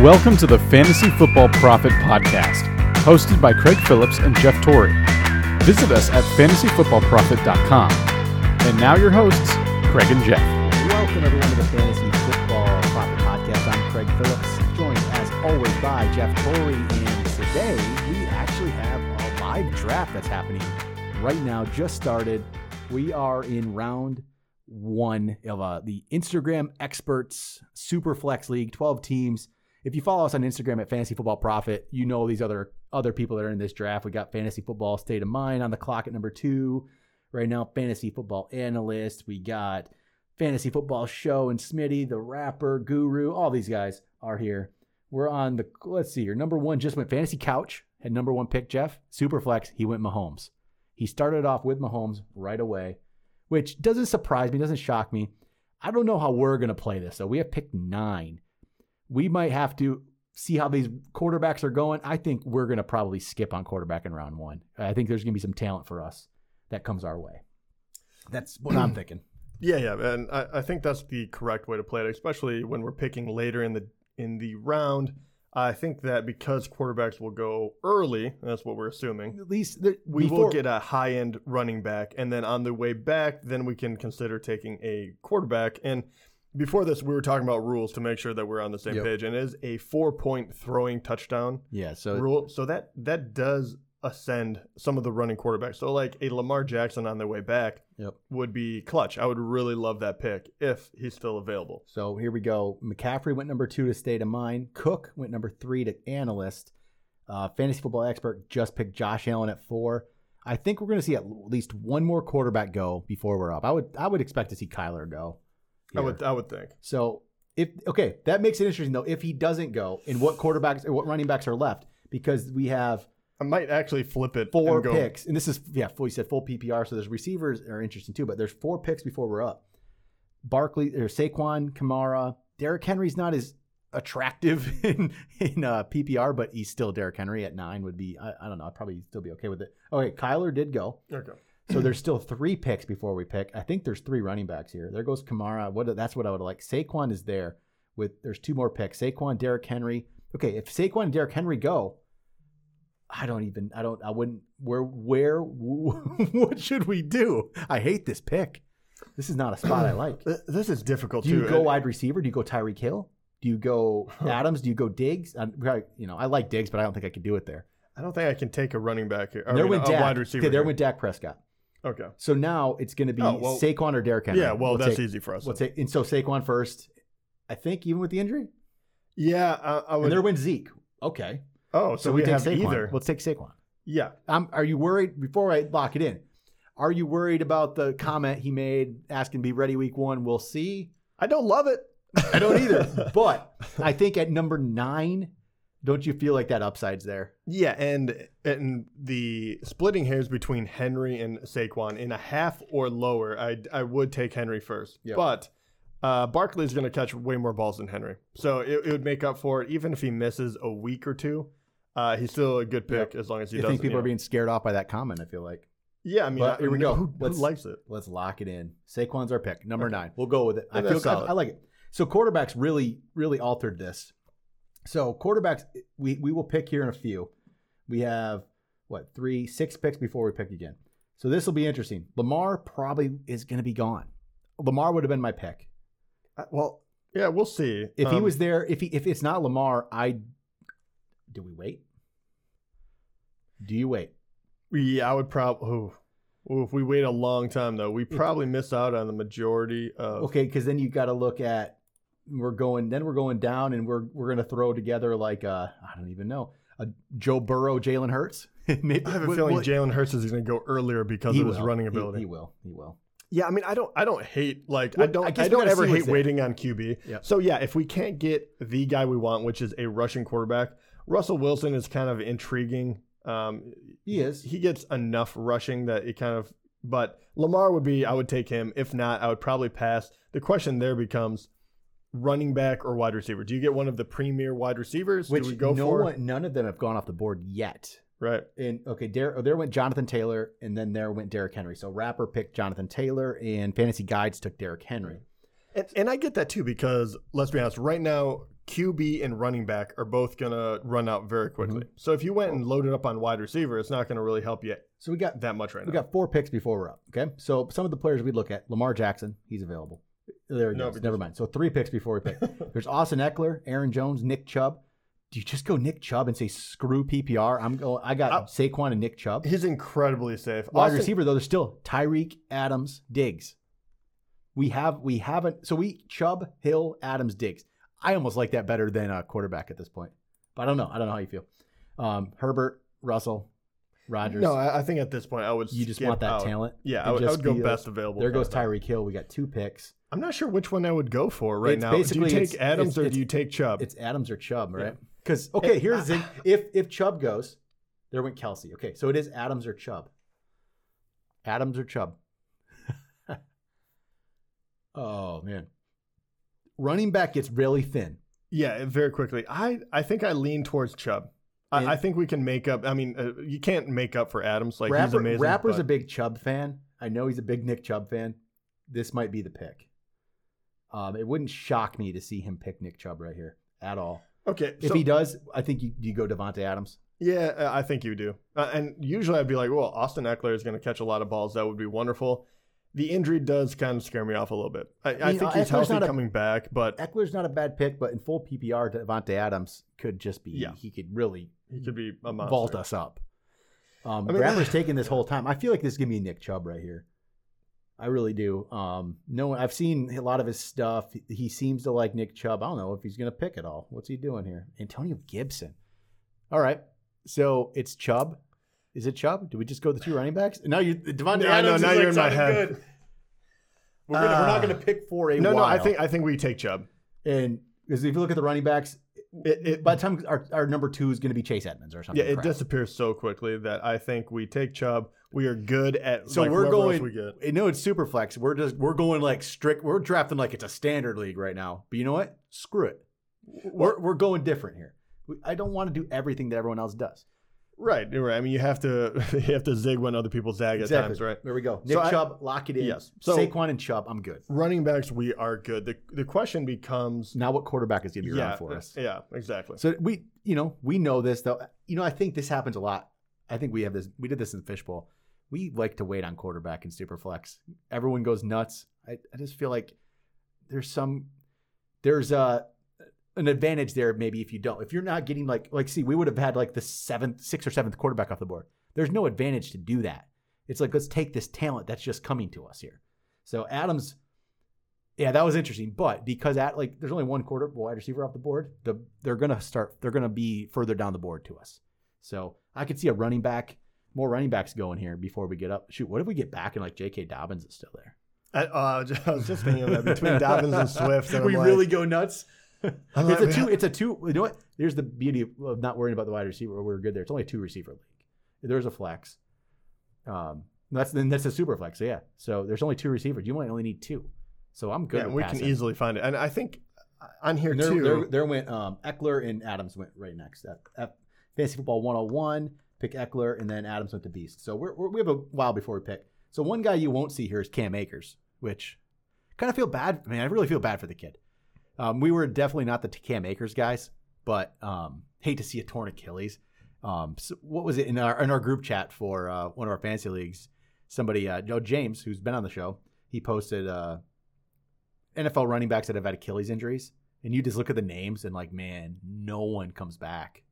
Welcome to the Fantasy Football Profit Podcast, hosted by Craig Phillips and Jeff Torrey. Visit us at fantasyfootballprofit.com. And now your hosts, Craig and Jeff. Welcome everyone to the Fantasy Football Profit Podcast. I'm Craig Phillips, joined as always by Jeff Torrey, and today we actually have a live draft that's happening right now. Just started. We are in round one of uh, the Instagram Experts Super Flex League, 12 teams. If you follow us on Instagram at Fantasy Football Profit, you know these other other people that are in this draft. We got Fantasy Football State of Mind on the clock at number two right now. Fantasy Football Analyst. We got Fantasy Football Show and Smitty, the rapper, Guru, all these guys are here. We're on the let's see here. Number one just went Fantasy Couch had number one pick Jeff Superflex. He went Mahomes. He started off with Mahomes right away, which doesn't surprise me, doesn't shock me. I don't know how we're gonna play this. So we have picked nine. We might have to see how these quarterbacks are going. I think we're gonna probably skip on quarterback in round one. I think there's gonna be some talent for us that comes our way. That's what I'm thinking. Yeah, yeah, and I, I think that's the correct way to play it, especially when we're picking later in the in the round. I think that because quarterbacks will go early, and that's what we're assuming. At least there, We before- will get a high end running back, and then on the way back, then we can consider taking a quarterback. And before this, we were talking about rules to make sure that we're on the same Yep. page, and it is a four point throwing touchdown Yeah, so rule. So that that does ascend some of the running quarterbacks. So like a Lamar Jackson on their way back Yep. would be clutch. I would really love that pick if he's still available. So here we go. McCaffrey went number two to State of Mind. Cook went number three to Analyst. Uh, fantasy football expert just picked Josh Allen at four. I think we're going to see at least one more quarterback go before we're up. I would I would expect to see Kyler go. I here. would I would think. So if okay, that makes it interesting though. If he doesn't go, and what quarterbacks or what running backs are left because we have I might actually flip it four and go, picks, and this is yeah, full, you said full PPR, so there's receivers are interesting too, but there's four picks before we're up. Barkley or Saquon, Kamara, Derrick Henry's not as attractive in in uh, PPR, but he's still Derrick Henry at nine would be I, I don't know, I'd probably still be okay with it. Okay, Kyler did go, Okay. so there's still three picks before we pick. I think there's three running backs here. There goes Kamara. What that's what I would like. Saquon is there with there's two more picks. Saquon, Derrick Henry. Okay, if Saquon and Derrick Henry go, I don't even I don't I wouldn't where where what should we do? I hate this pick. This is not a spot I like. Th- This is difficult Do too. you go And wide receiver? Do you go Tyreek Hill? Do you go Adams? Do you go Diggs? I'm, probably- you know, I like Diggs, but I don't think I could do it there. I don't think I can take a running back here. Or, there you know, went a Dak. wide receiver. Okay, there here. went Dak Prescott. Okay. So now it's going to be Oh, well- Saquon or Derrick Henry. Yeah, well, We'll that's take- easy for us. We'll take, and so Saquon first, I think, even with the injury. Oh, yeah, I, I And there would. went Zeke. Okay. Oh, so, So, we, we, take have Saquon. either. Let's take Saquon. yeah. Um, are you worried, before I lock it in, are you worried about the comment he made asking be ready week one? We'll see. I don't love it. I don't either. but I think at number nine, don't you feel like that upside's there? Yeah, and and the splitting hairs between Henry and Saquon in a half or lower, I I would take Henry first. Yep. But uh, Barkley's going to catch way more balls than Henry, so it, it would make up for it. Even if he misses a week or two, uh, he's still a good pick as long as he I doesn't. think people you are know. being scared off by that comment, I feel like. Yeah, I mean, But I- here we who- go. Who, who Let's- likes it? Let's lock it in. Saquon's our pick, number nine. We'll go with it. I Yeah, feel that's I, solid. I like it. So quarterbacks really, really altered this. So quarterbacks, we we will pick here in a few. We have what three, six picks before we pick again. So this will be interesting. Lamar probably is going to be gone. Lamar would have been my pick Uh, Well, yeah, we'll see. if he Um, was there. If he if it's not Lamar, I do we wait? Do you wait? yeah, I would probably. If we wait a long time though, we probably miss out on the majority of. Okay, because then you got to look at we're going then we're going down and we're we're gonna throw together like uh I don't even know a Joe Burrow Jalen Hurts. Maybe I have a will- feeling will- Jalen Hurts is going to go earlier because he of his will. running He- ability. He, will. He will. Yeah, I mean, I don't, I don't hate like Well, I don't, I I, guess we don't gotta ever see hate what's there. waiting on QB. Yeah. So yeah, if we can't get the guy we want, which is a rushing quarterback, Russell Wilson is kind of intriguing. Um, He is. he gets enough rushing that it kind of, but Lamar would be, I would take him. If not, I would probably pass. The question there becomes, running back or wide receiver? Do you get one of the premier wide receivers? Which Do we go no for one, none of them have gone off the board yet. right? And okay, there there went Jonathan Taylor, and then there went Derrick Henry. So Rapper picked Jonathan Taylor, and Fantasy Guides took Derrick Henry. And, and I get that too because let's be honest, right now QB and running back are both going to run out very Mm-hmm. quickly. So if you went Oh. and loaded up on wide receiver, it's not going to really help you So we got that much right we now. got four picks before we're up. Okay, so some of the players we look at: Lamar Jackson, he's available. There he No, goes. but Never mind. So three picks before we pick. There's Austin Eckler, Aaron Jones, Nick Chubb. Do you just go Nick Chubb and say screw PPR? I'm going. I got I- Saquon and Nick Chubb. He's incredibly safe. Wide Austin- receiver though, there's still Tyreek, Adams, Diggs. We have we haven't so we Chubb, Hill, Adams, Diggs. I almost like that better than a quarterback at this point. But I don't know. I don't know how you feel. Um, Herbert, Russell, Rogers. No, I, I think at this point I would. you just skip want that out. talent. Yeah, and I would, I just would go be best like, available. There kind goes of thing. Tyreek Hill. We got two picks. I'm not sure which one I would go for right It's now. basically- Do you it's- take Adams it's- or it's- do you take Chubb? It's Adams or Chubb, Yeah. right? Because okay, here's the thing. If if Chubb goes, there went Kelsey. Okay, so it is Adams or Chubb. Adams or Chubb. oh man. Running back gets really thin. Yeah, very quickly. I, I think I lean towards Chubb. And- I, I think we can make up. I mean, uh, you can't make up for Adams. Like he's Rapper- amazing. Rapper's but- a big Chubb fan. I know he's a big Nick Chubb fan. This might be the pick. Um, it wouldn't shock me to see him pick Nick Chubb right here at all. okay. If so- he does, I think you, you go Devonte Adams. Yeah, uh, I think you do. Uh, and usually I'd be like, well, Austin Eckler is going to catch a lot of balls. That would be wonderful. The injury does kind of scare me off a little bit. I, I, mean, think he's Eckler's healthy not a- coming back, but Eckler's not a bad pick, but in full PPR, Devonte Adams could just be Yeah. he could really he could be a monster. vault us up. Um, I mean- Rapper's taking this whole time. I feel like this is gonna be Nick Chubb right here. I really do. Um, no, I've seen a lot of his stuff. He- He seems to like Nick Chubb. I don't know if he's gonna pick at all. What's he doing here? Antonio Gibson. All right, so it's Chubb. Is it Chubb? Do we just go the two running backs? Now you Devonte No, Adams. no, is now like you're in my sounding head. good. We're, gonna, we're not Ah. gonna pick for a No, no, I while. think I think we take Chubb. and because if you look at the running backs, It, it, by the time our, our number two is going to be Chase Edmonds or something. yeah, it crap. disappears so quickly that I think we take Chubb. We are good at So like, we're whoever else going. We get. I know it's super flex. We're just we're going like strict. We're drafting like it's a standard league right now. But you know what? Screw it. We're we're going different here. We, I don't want to do everything that everyone else does. Right, you're right. I mean, you have to you have to zig when other people zag at times, right? There we go. Nick So I- Chubb, lock it in. Yes. So- Saquon and Chubb, I'm good. Running backs, we are good. The the question becomes, Now what quarterback is going to be yeah, around for us? yeah, exactly. So we, you know, we know this though. You know, I think this happens a lot. I think we have this. We did this in fishbowl. We like to wait on quarterback in superflex. Everyone goes nuts. I, I just feel like there's some there's a an advantage there maybe if you don't if you're not getting like like see we would have had like the seventh sixth or seventh quarterback off the board. There's no advantage to do that. It's like let's take this talent that's just coming to us here. So Adams, yeah, that was interesting. But because at like there's only one quarter wide receiver off the board, the they're gonna start they're gonna be further down the board to us. So I could see a running back, more running backs going here before we get up. Shoot, what if we get back and like J.K. Dobbins is still there? I, uh, I was just thinking of that between Dobbins and Swift. And we I'm like, really go nuts. I'm it's like, a two. man, It's a two. You know what? Here's the beauty of not worrying about the wide receiver. We're good there. It's only a two receiver league. There's a flex. Um, that's then that's a super flex. So yeah. So there's only two receivers. You might only need two. So I'm good. yeah, with we can passing. easily find it. And I think on here And there, too. there, there went um, Eckler and Adams went right next. At, at Fantasy Football 101, pick Eckler, and then Adams went to Beast. So we're, we're, we have a while before we pick. So one guy you won't see here is Cam Akers, which kind of feel bad. I mean, I really feel bad for the kid. Um, we were definitely not the Cam Akers guys, but um, hate to see a torn Achilles. Um, so what was it in our in our group chat for uh, one of our fantasy leagues? Somebody, uh, no James, who's been on the show, he posted uh, NFL running backs that have had Achilles injuries and you just look at the names and like, man, no one comes back.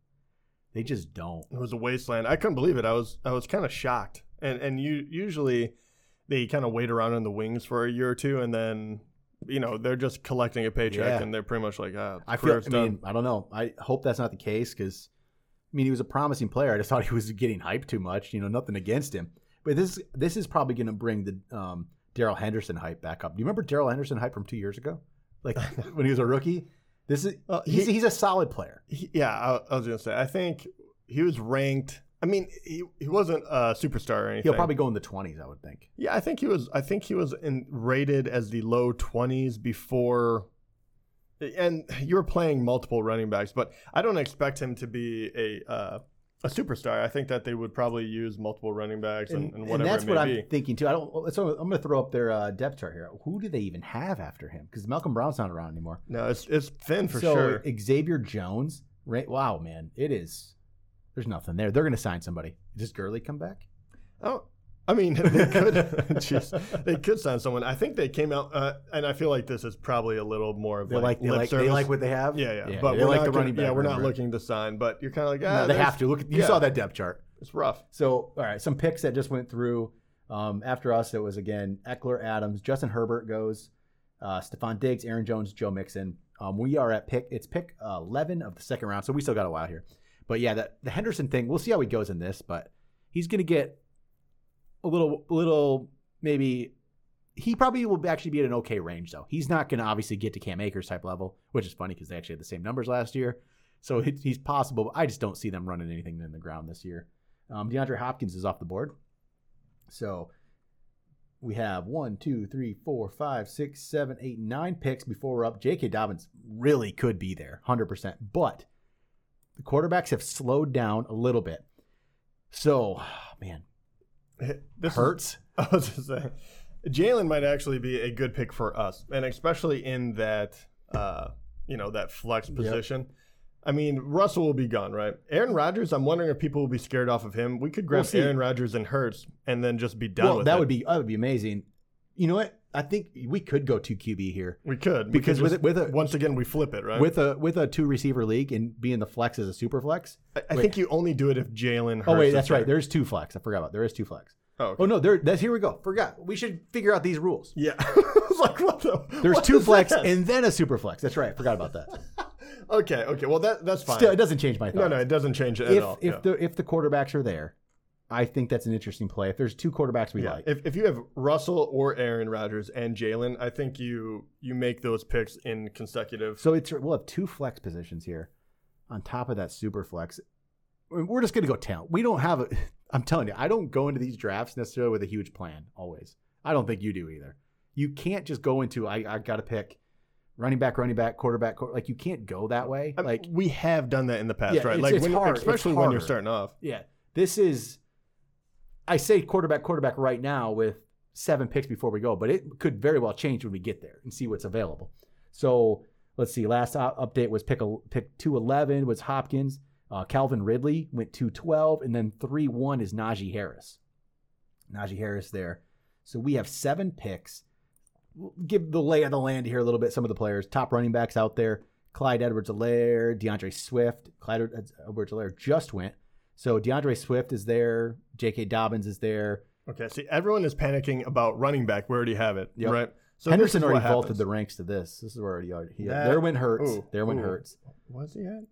They just don't. it was a wasteland. I couldn't believe it. I was I was kind of shocked. And and you usually they kind of wait around in the wings for a year or two, and then you know they're just collecting a paycheck, Yeah. and they're pretty much like, ah, I feel. career's I done. mean, I don't know. I hope that's not the case because, I mean, he was a promising player. I just thought he was getting hyped too much. You know, nothing against him, but this this is probably going to bring the um, Daryl Henderson hype back up. Do you remember Daryl Henderson hype from two years ago, like when he was a rookie? This is Uh, he's, he- he's a solid player. He- yeah, I, I was gonna say. I think he was ranked. I mean, he, he wasn't a superstar or anything. He'll probably go in the twenties, I would think. Yeah, I think he was. I think he was in, rated as the low twenties before. And you were playing multiple running backs, but I don't expect him to be a uh, a superstar, I think that they would probably use multiple running backs and, and whatever that's it may what I'm be. thinking too. I don't. So I'm going to throw up their uh, depth chart here. Who do they even have after him? Because Malcolm Brown's not around anymore. No, it's it's thin for so sure. Xavier Jones. Right, wow, man, it is. There's nothing there. They're going to sign somebody. Does Gurley come back? Oh, I mean, they could. Jeez, they could sign someone. I think they came out, uh, and I feel like this is probably a little more of They like, they lip like, they service. like what they have. yeah, yeah, yeah But they we're like not the gonna- running back. Yeah, we're not remember? looking to sign, but you're kind of like, No, ah, they this- have to look. You yeah. saw that depth chart. It's rough. So, all right, some picks that just went through. Um, after us, it was again Eckler, Adams, Justin Herbert goes, uh, Stephon Diggs, Aaron Jones, Joe Mixon. Um, we are at pick. It's pick uh, eleven of the second round, so we still got a while here. But yeah, that, the Henderson thing. We'll see how he goes in this, but he's going to get a little, little maybe. He probably will actually be at an okay range though. He's not going to obviously get to Cam Akers type level, which is funny because they actually had the same numbers last year. So it, he's possible. But I just don't see them running anything in the ground this year. Um, DeAndre Hopkins is off the board. So we have one, two, three, four, five, six, seven, eight, nine picks before we're up. J.K. Dobbins really could be there, 100%. But the quarterbacks have slowed down a little bit. So, man, This is- Hurts. I was just saying, Jalen might actually be a good pick for us, and especially in that, uh, you know, that flex position. I mean, Russell will be gone, right? Aaron Rodgers. I'm wondering if people will be scared off of him. We could grab We'll see. Aaron Rodgers and Hurts, and then just be done well, with that it. would be that would be amazing. You know what? I think we could go two QB here. we could we Because could with just- it- with a- once again we flip it, right? With a with a two receiver league and being the flex as a super flex. I, I think you only do it if Jalen. Hurts Oh wait, is that's right. there. There's two flex. I forgot about. There is two flex. Oh, okay. Oh no, there. That's here we go. Forgot. We should figure out these rules. Yeah. I was like, what the? There's what two is flex that? and then a super flex. That's right. Forgot about that. Okay, okay. Well, that that's fine. Still, it doesn't change my thought. no, no, it doesn't change it if at all. if yeah. the if the quarterbacks are there, I think that's an interesting play. If there's two quarterbacks we Yeah, like, If, if you have Russell or Aaron Rodgers and Jalen, I think you you make those picks in consecutive. so it's we'll have two flex positions here, on top of that super flex. We're we're just gonna go talent. We don't have a. I'm telling you, I don't go into these drafts necessarily with a huge plan. Always, I don't think you do either. You can't just go into I I got to pick running back, running back, quarterback. Quarter, like you can't go that way. I mean, like we have done that in the past, Yeah, right? it's- like it's when, hard. It's especially when you're harder. starting off. Yeah. This is I say quarterback quarterback right now with seven picks before we go, but it could very well change when we get there and see what's available. So let's see. Last u- update was pick a, pick two eleven was Hopkins. Uh, Calvin Ridley went two twelve, and then three one is Najee Harris. Najee Harris there. So we have seven picks. We'll give the lay of the land here a little bit. Some of the players, top running backs out there: Clyde Edwards-Helaire, DeAndre Swift. Clyde Edwards-Helaire just went. So DeAndre Swift is there. J.K. Dobbins is there. Okay, see, everyone is panicking about running back. We already have it, Yep. right? So Henderson this is what already vaulted happens. the ranks to this. This is where he already. He, That- there went Hurts. ooh, there went ooh. Hurts. Was he at?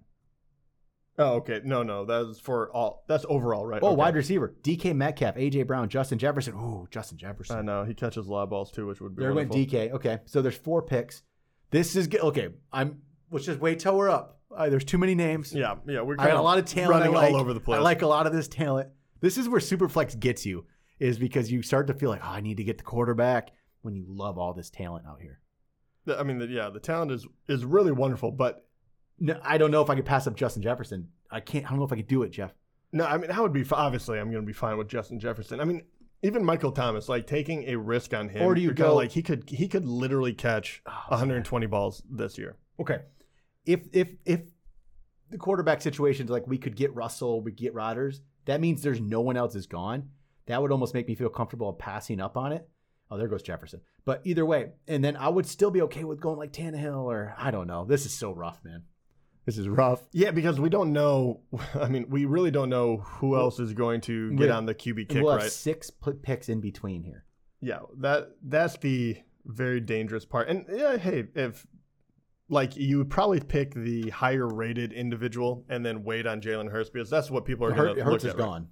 Oh, okay. No, no, that's for all. That's overall, right? Oh, okay. wide receiver. DK Metcalf, A.J. Brown, Justin Jefferson. Ooh, Justin I Jefferson. know he catches live balls too, which would be There went wonderful. DK. Okay. So there's four picks. This is good. Okay. I'm. Let's just wait till we're up. Uh, there's too many names. Yeah, yeah, we're I got a kinda lot of talent. running I like. all over the place. I like a lot of this talent. This is where Superflex gets you, is because you start to feel like, oh, I need to get the quarterback when you love all this talent out here. The- I mean, the, yeah, the talent is is really wonderful, but No, I don't know if I could pass up Justin Jefferson. I can't. I don't know if I could do it, Jeff. No, I mean that would be fi- obviously. I'm going to be fine with Justin Jefferson. I mean, even Michael Thomas, like taking a risk on him, Or do you you're kinda go- like he could he could literally catch Oh, 120 balls this year? Okay. If if if the quarterback situation is like we could get Russell, we could get Rodgers, that means there's no one else is gone. That would almost make me feel comfortable passing up on it. Oh, there goes Jefferson. But either way, and then I would still be okay with going like Tannehill or I don't know. This is so rough, man. This is rough. Yeah, because we don't know. I mean, we really don't know who else is going to get Yeah. on the QB And kick, we'll have right? six p- picks in between here. Yeah, that that's the very dangerous part. And yeah, hey, if like you would probably pick the higher rated individual and then wait on Jalen Hurst because that's what people are going Hurt, to Hurts look is at. right? gone.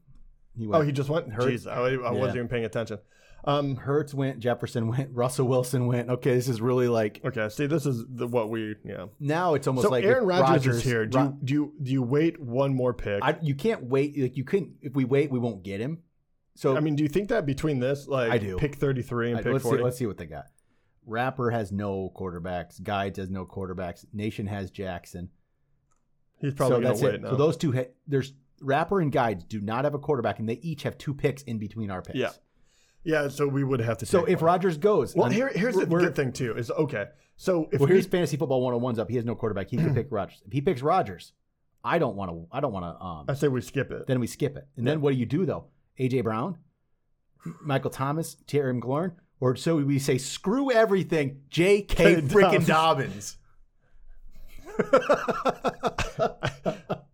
He Oh, he just went. Hurts- Jeez, I, I Yeah. wasn't even paying attention. Um, Hurts went, Jefferson went, Russell Wilson went. Okay, this is really like Okay, see, this is the, what we yeah. now it's almost So like Aaron with Rodgers is Rodgers- here. Do Ro- you, do you do you wait one more pick? I, I, you can't wait. Like you couldn't. If we wait, we won't get him. So mean, do you think that between this like I do. pick thirty three and I- pick let's see, forty? let's see what they got. Rapper has no quarterbacks. Guides has no quarterbacks. Nation has Jackson. He's probably so gonna that's wait it. now. So those two. Ha- there's Rapper and Guides do not have a quarterback, and they each have two picks in between our picks. Yeah. Yeah, so we would have to. So take if one. Rogers goes, well, on- here, here's the we're- good thing too is okay. So if well, we, here's fantasy football 101's up. He has no quarterback. He can pick Rogers. If he picks Rogers, I don't want to. I don't want to. Um, I say we skip it. then we skip it. And then what do you do though? AJ Brown, Michael Thomas, Terry McLaurin, or so we say screw everything. J.K. Dobbins. freaking Dobbins.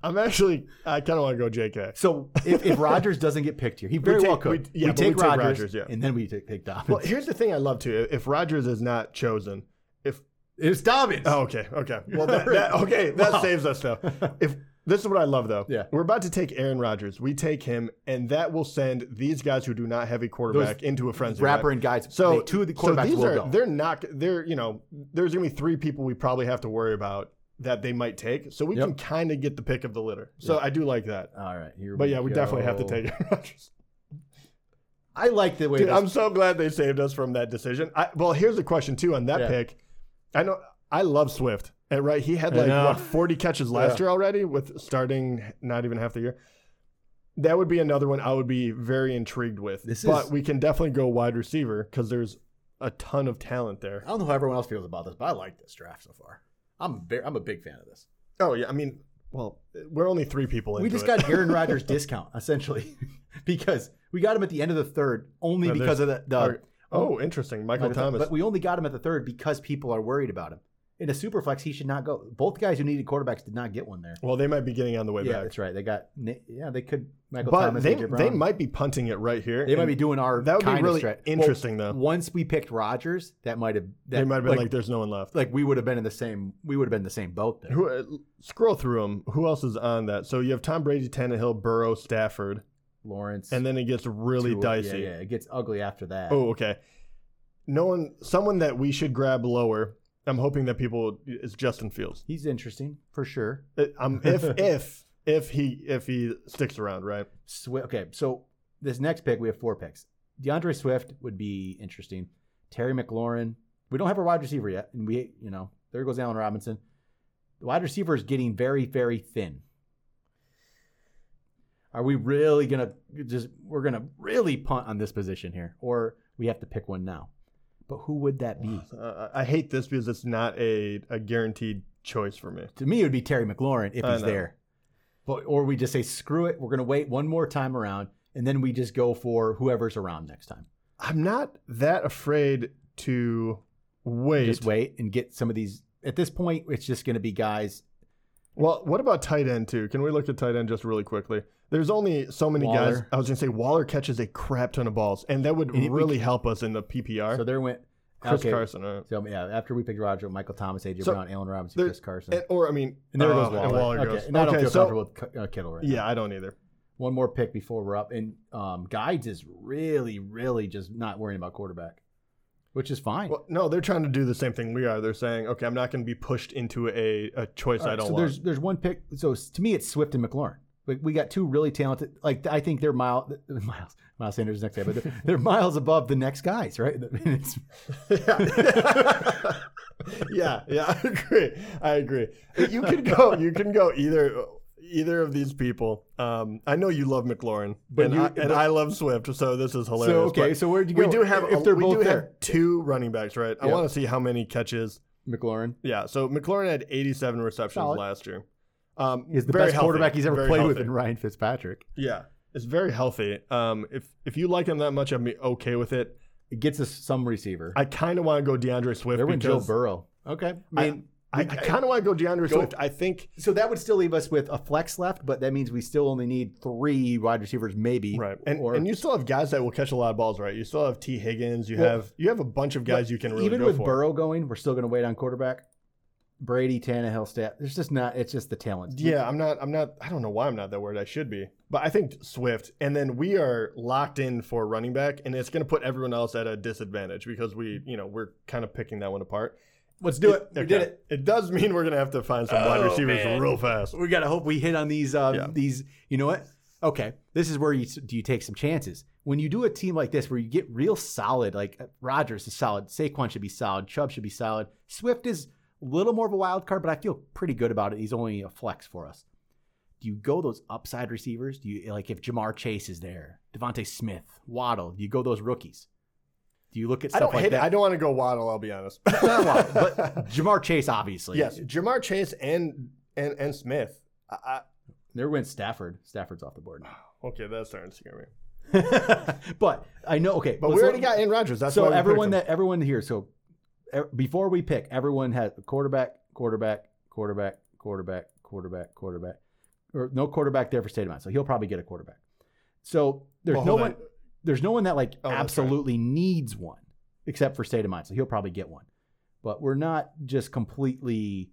I'm actually I kind of want to go JK. So if, if Rogers doesn't get picked here, he very take- well could. we- yeah, we but we take take Rodgers, Rodgers, yeah. and then we take, take Dobbins. Well, here's the thing I love too. If Rogers is not chosen, if it's Dobbins. oh, okay, okay, well that, that okay that saves us though. If this is what I love though. Yeah. We're about to take Aaron Rodgers. We take him, and that will send these guys who do not have a quarterback into a frenzy. Rapper right? and guys. So So two of the so quarterbacks these will are go. they're not they're you know there's gonna be three people we probably have to worry about that they might take. So we Yep. can kind of get the pick of the litter. So I do like that. All right, here. But yeah, we definitely have to go. take Aaron Rodgers. I like the way. Dude, this- I'm so glad they saved us from that decision. I, well, here's a question too on that Yeah. pick. I know I love Swift, and right, he had I like know. what 40 catches last Yeah. year already with starting not even half the year. That would be another one I would be very intrigued with. This but is- we can definitely go wide receiver because there's a ton of talent there. I don't know how everyone else feels about this, but I like this draft so far. I'm very, I'm a big fan of this. Oh yeah, I mean, well, we're only three people. we into just it. got Aaron Rodgers discount essentially because we got him at the end of the third only No, because of the, the Or- oh, interesting, Michael Thomas. but we only got him at the third because people are worried about him. In a super flex, he should not go. Both guys who needed quarterbacks did not get one there. well, they might be getting on the way Yeah, back, that's right. They got yeah, they could Michael but Thomas. they AJ they Brown. might be punting it right here. They might and be doing our That would kind be of really strat- interesting Well, though. once we picked Rodgers, that might have that they might have been like, there's no one left. like we would have been in the same we would have been in the same boat there. Who uh, scroll through them? Who else is on that? So you have Tom Brady, Tannehill, Burrow, Stafford, Lawrence and then it gets really Tua- dicey. Yeah, yeah, it gets ugly after that. Oh, okay. No one, someone that we should grab lower. I'm hoping that people is Justin Fields. He's interesting for sure. Uh, Um, if if if he if he sticks around, right? Swift. Okay, so this next pick, we have four picks. DeAndre Swift would be interesting. Terry McLaurin. We don't have a wide receiver yet, and we, you know, there goes Allen Robinson. The wide receiver is getting very, very thin. Are we really gonna just? We're gonna really punt on this position here, or we have to pick one now. But who would that be? Uh, I hate this because it's not a a guaranteed choice for me. To me, it would be Terry McLaurin if I he's know. there. But or we just say screw it, we're gonna wait one more time around, and then we just go for whoever's around next time. I'm not that afraid to wait. just wait and get some of these. At this point, it's just going to be guys. Well, what about tight end too? Can we look at tight end just really quickly? There's only so many guys. Waller. I was gonna say Waller catches a crap ton of balls, and that would And it- we really help us in the PPR. So there went Chris okay, Carson, uh, all right. So yeah, after we picked Roger, Michael Thomas, AJ So Brown, Allen Robinson, there- Chris Carson, and, or I mean, and there uh, goes Waller. And Waller okay, goes. and I don't Okay, feel so comfortable with K- uh, Kittle right now. yeah, I don't either. One more pick before we're up, and um, guides is really, really just not worrying about quarterback, which is fine. Well, no, they're trying to do the same thing we are. They're saying, okay, I'm not gonna be pushed into a, a choice All I right, don't so want. there's there's one pick. So s- to me, it's Swift and McLaurin. Like we got two really talented. Like I think they're miles miles miles Sanders is next guy, but they're, they're miles above the next guys, right? It's- yeah. yeah, yeah, I agree. I agree. You can go. You can go either either of these people. Um, I know you love McLaurin, But and, you- I, and but- I love Swift. So this is hilarious. so okay, but so where'd you go? we do have if they're we both do there. have two running backs, right? I Yeah. want to see how many catches. McLaurin Yeah. So McLaurin had 87 receptions Solid. last year. Um, is the very best healthy, quarterback he's ever very played with, healthy. in Ryan Fitzpatrick. Yeah, it's very healthy. Um, if if you like him that much, I'd be okay with it. It gets us some receiver. I kind of want to go DeAndre Swift. there went Joe because- Burrow. Okay, I mean, I, I kind of want to go DeAndre Go- Swift. I think so that would still leave us with a flex left, but that means we still only need three wide receivers, maybe. and or and you still have guys that will catch a lot of balls, right? You still have T. Higgins. You Well- have you have a bunch of guys you can really even go with for. Burrow going, we're still going to wait on quarterback. Brady, Tannehill, stat. There's just not. It's just the talent. yeah, I'm not. I'm not. I don't know why I'm not that word. I should be, but I think Swift. And then we are locked in for running back, and it's going to put everyone else at a disadvantage because we, you know, we're kind of picking that one apart. let's do okay. It does mean we're going to have to find some wide Oh, receivers man. real fast. We got to hope we hit on these. Um, Yeah. These, you know what? Okay, this is where you do you take some chances. When you do a team like this, where you get real solid, like uh, Rodgers is solid, Saquon should be solid, Chubb should be solid. Swift is a little more of a wild card, but I feel pretty good about it. He's only a flex for us. Do you go those upside receivers? Do you like if Jamar Chase is there, Devontae Smith, Waddle? Do you go those rookies? Do you look at I stuff don't like hate it. that? I don't want to go Waddle. I'll be honest. Not Waddle, but Jamar Chase, obviously. yes, Jamar Chase and and and Smith. I, I, There went Stafford. Stafford's off the board. okay, that's starting to scare me. but I know. Okay, But let's we already look- got Aaron Rodgers. That's why so we picked everyone him. that everyone here. So e- before we pick, everyone has quarterback, quarterback, quarterback, quarterback, quarterback, quarterback, or no quarterback there for state of mind. So he'll probably get a quarterback. So there's Well, no hold one. on. There's no one that like Oh, that's right. absolutely needs one, except for state of mind. So he'll probably get one. But we're not just completely.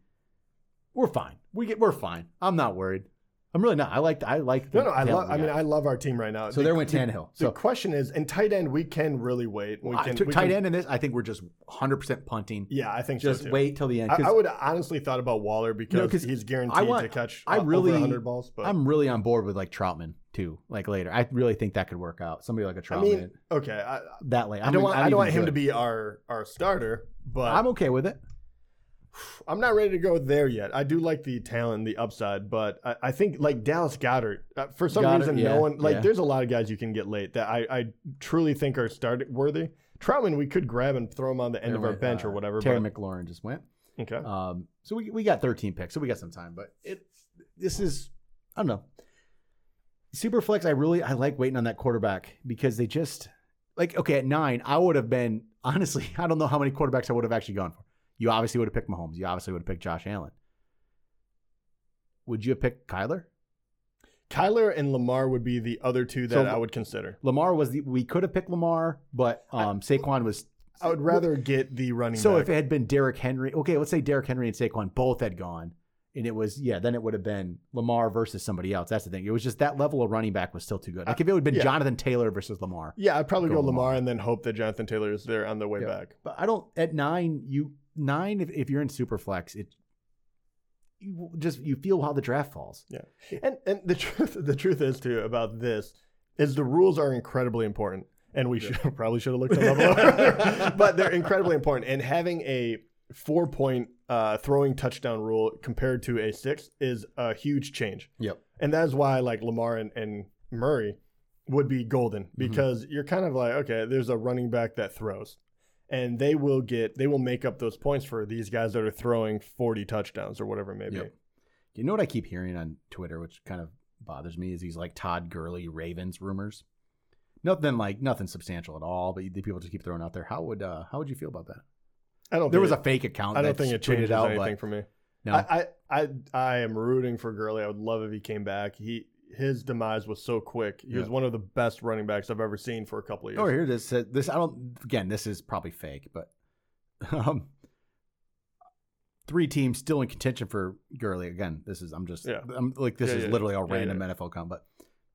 We're fine. We get. We're fine. I'm not worried. I'm really not. I like. I like. No, no, I love. talent we I mean, got. I love our team right now. so The- there went the- Tannehill. The So question is, in tight end, we can really wait. We I can took we tight can- end in this, I think we're just 100% punting. Yeah, I think just so too. wait till the end. I, 'cause I would have honestly thought about Waller because 'cause he's guaranteed I want- to catch I uh, over really- 100 balls. But I'm really on board with like Troutman too, like later. I really think that could work out. Somebody like a I Troutman mean, okay, I, that late. I don't want I don't want him to be uh, our our starter, but I'm I'm, okay with it. not ready to go there yet. I do like the talent, the upside, but I, I think like Dallas Goddard uh, for some Goddard, reason yeah, no one like yeah. there's a lot of guys you can get late that I, I truly think are start worthy. Troutman we could grab and throw him on the end of our Anyway, bench uh, or whatever. Terry But, McLaurin just went. okay, Um, so we we got 13 picks, so we got some time. But it this is I don't know. Superflex, I really I like waiting on that quarterback because they just like okay at nine. I would have been honestly I don't know how many quarterbacks I would have actually gone for. You obviously would have picked Mahomes. You obviously would have picked Josh Allen. Would you have picked Kyler? Kyler and Lamar would be the other two that So- I would consider. Lamar was the we could have picked Lamar, but um, Saquon was. I would rather get the running. So back. if it had been Derrick Henry, okay, let's say Derrick Henry and Saquon both had gone, and it was yeah, then it would have been Lamar versus somebody else. That's the thing. It was just that level of running back was still too good. Like if it would have been Yeah. Jonathan Taylor versus Lamar, Yeah, I'd probably Go go, Lamar. Lamar. and then hope that Jonathan Taylor is there on the way Yeah. back. but I don't at nine you nine if, if you're in Superflex it. You just you feel how the draft falls. And and the truth the truth is too about this is the rules are incredibly important, and we should probably should have looked them up earlier, but they're incredibly important. And having a four point uh, throwing touchdown rule compared to a six is a huge change, Yep. and that is why like Lamar and, and Murray would be golden Mm-hmm. because you're kind of like okay, there's a running back that throws. And they will get, they will make up those points for these guys that are throwing 40 touchdowns or whatever it may be. Yep. You know what I keep hearing on Twitter, which kind of bothers me, is these like Todd Gurley Ravens rumors. Nothing like nothing substantial at all, but the people just keep throwing out there. How would uh, how would you feel about that? I don't There think was it- a fake account. I don't that think it tweeted changes out, anything But for me. no, I, I I I am rooting for Gurley. I would love if he came back. He his demise was so quick. He was Yeah. one of the best running backs I've ever seen for a couple of years. oh here it is. Said- This I don't. Again, this is probably fake, but um, three teams still in contention for Gurley. Again, this is I'm just Yeah. I'm like this Yeah, is yeah. literally a Yeah, random NFL account, but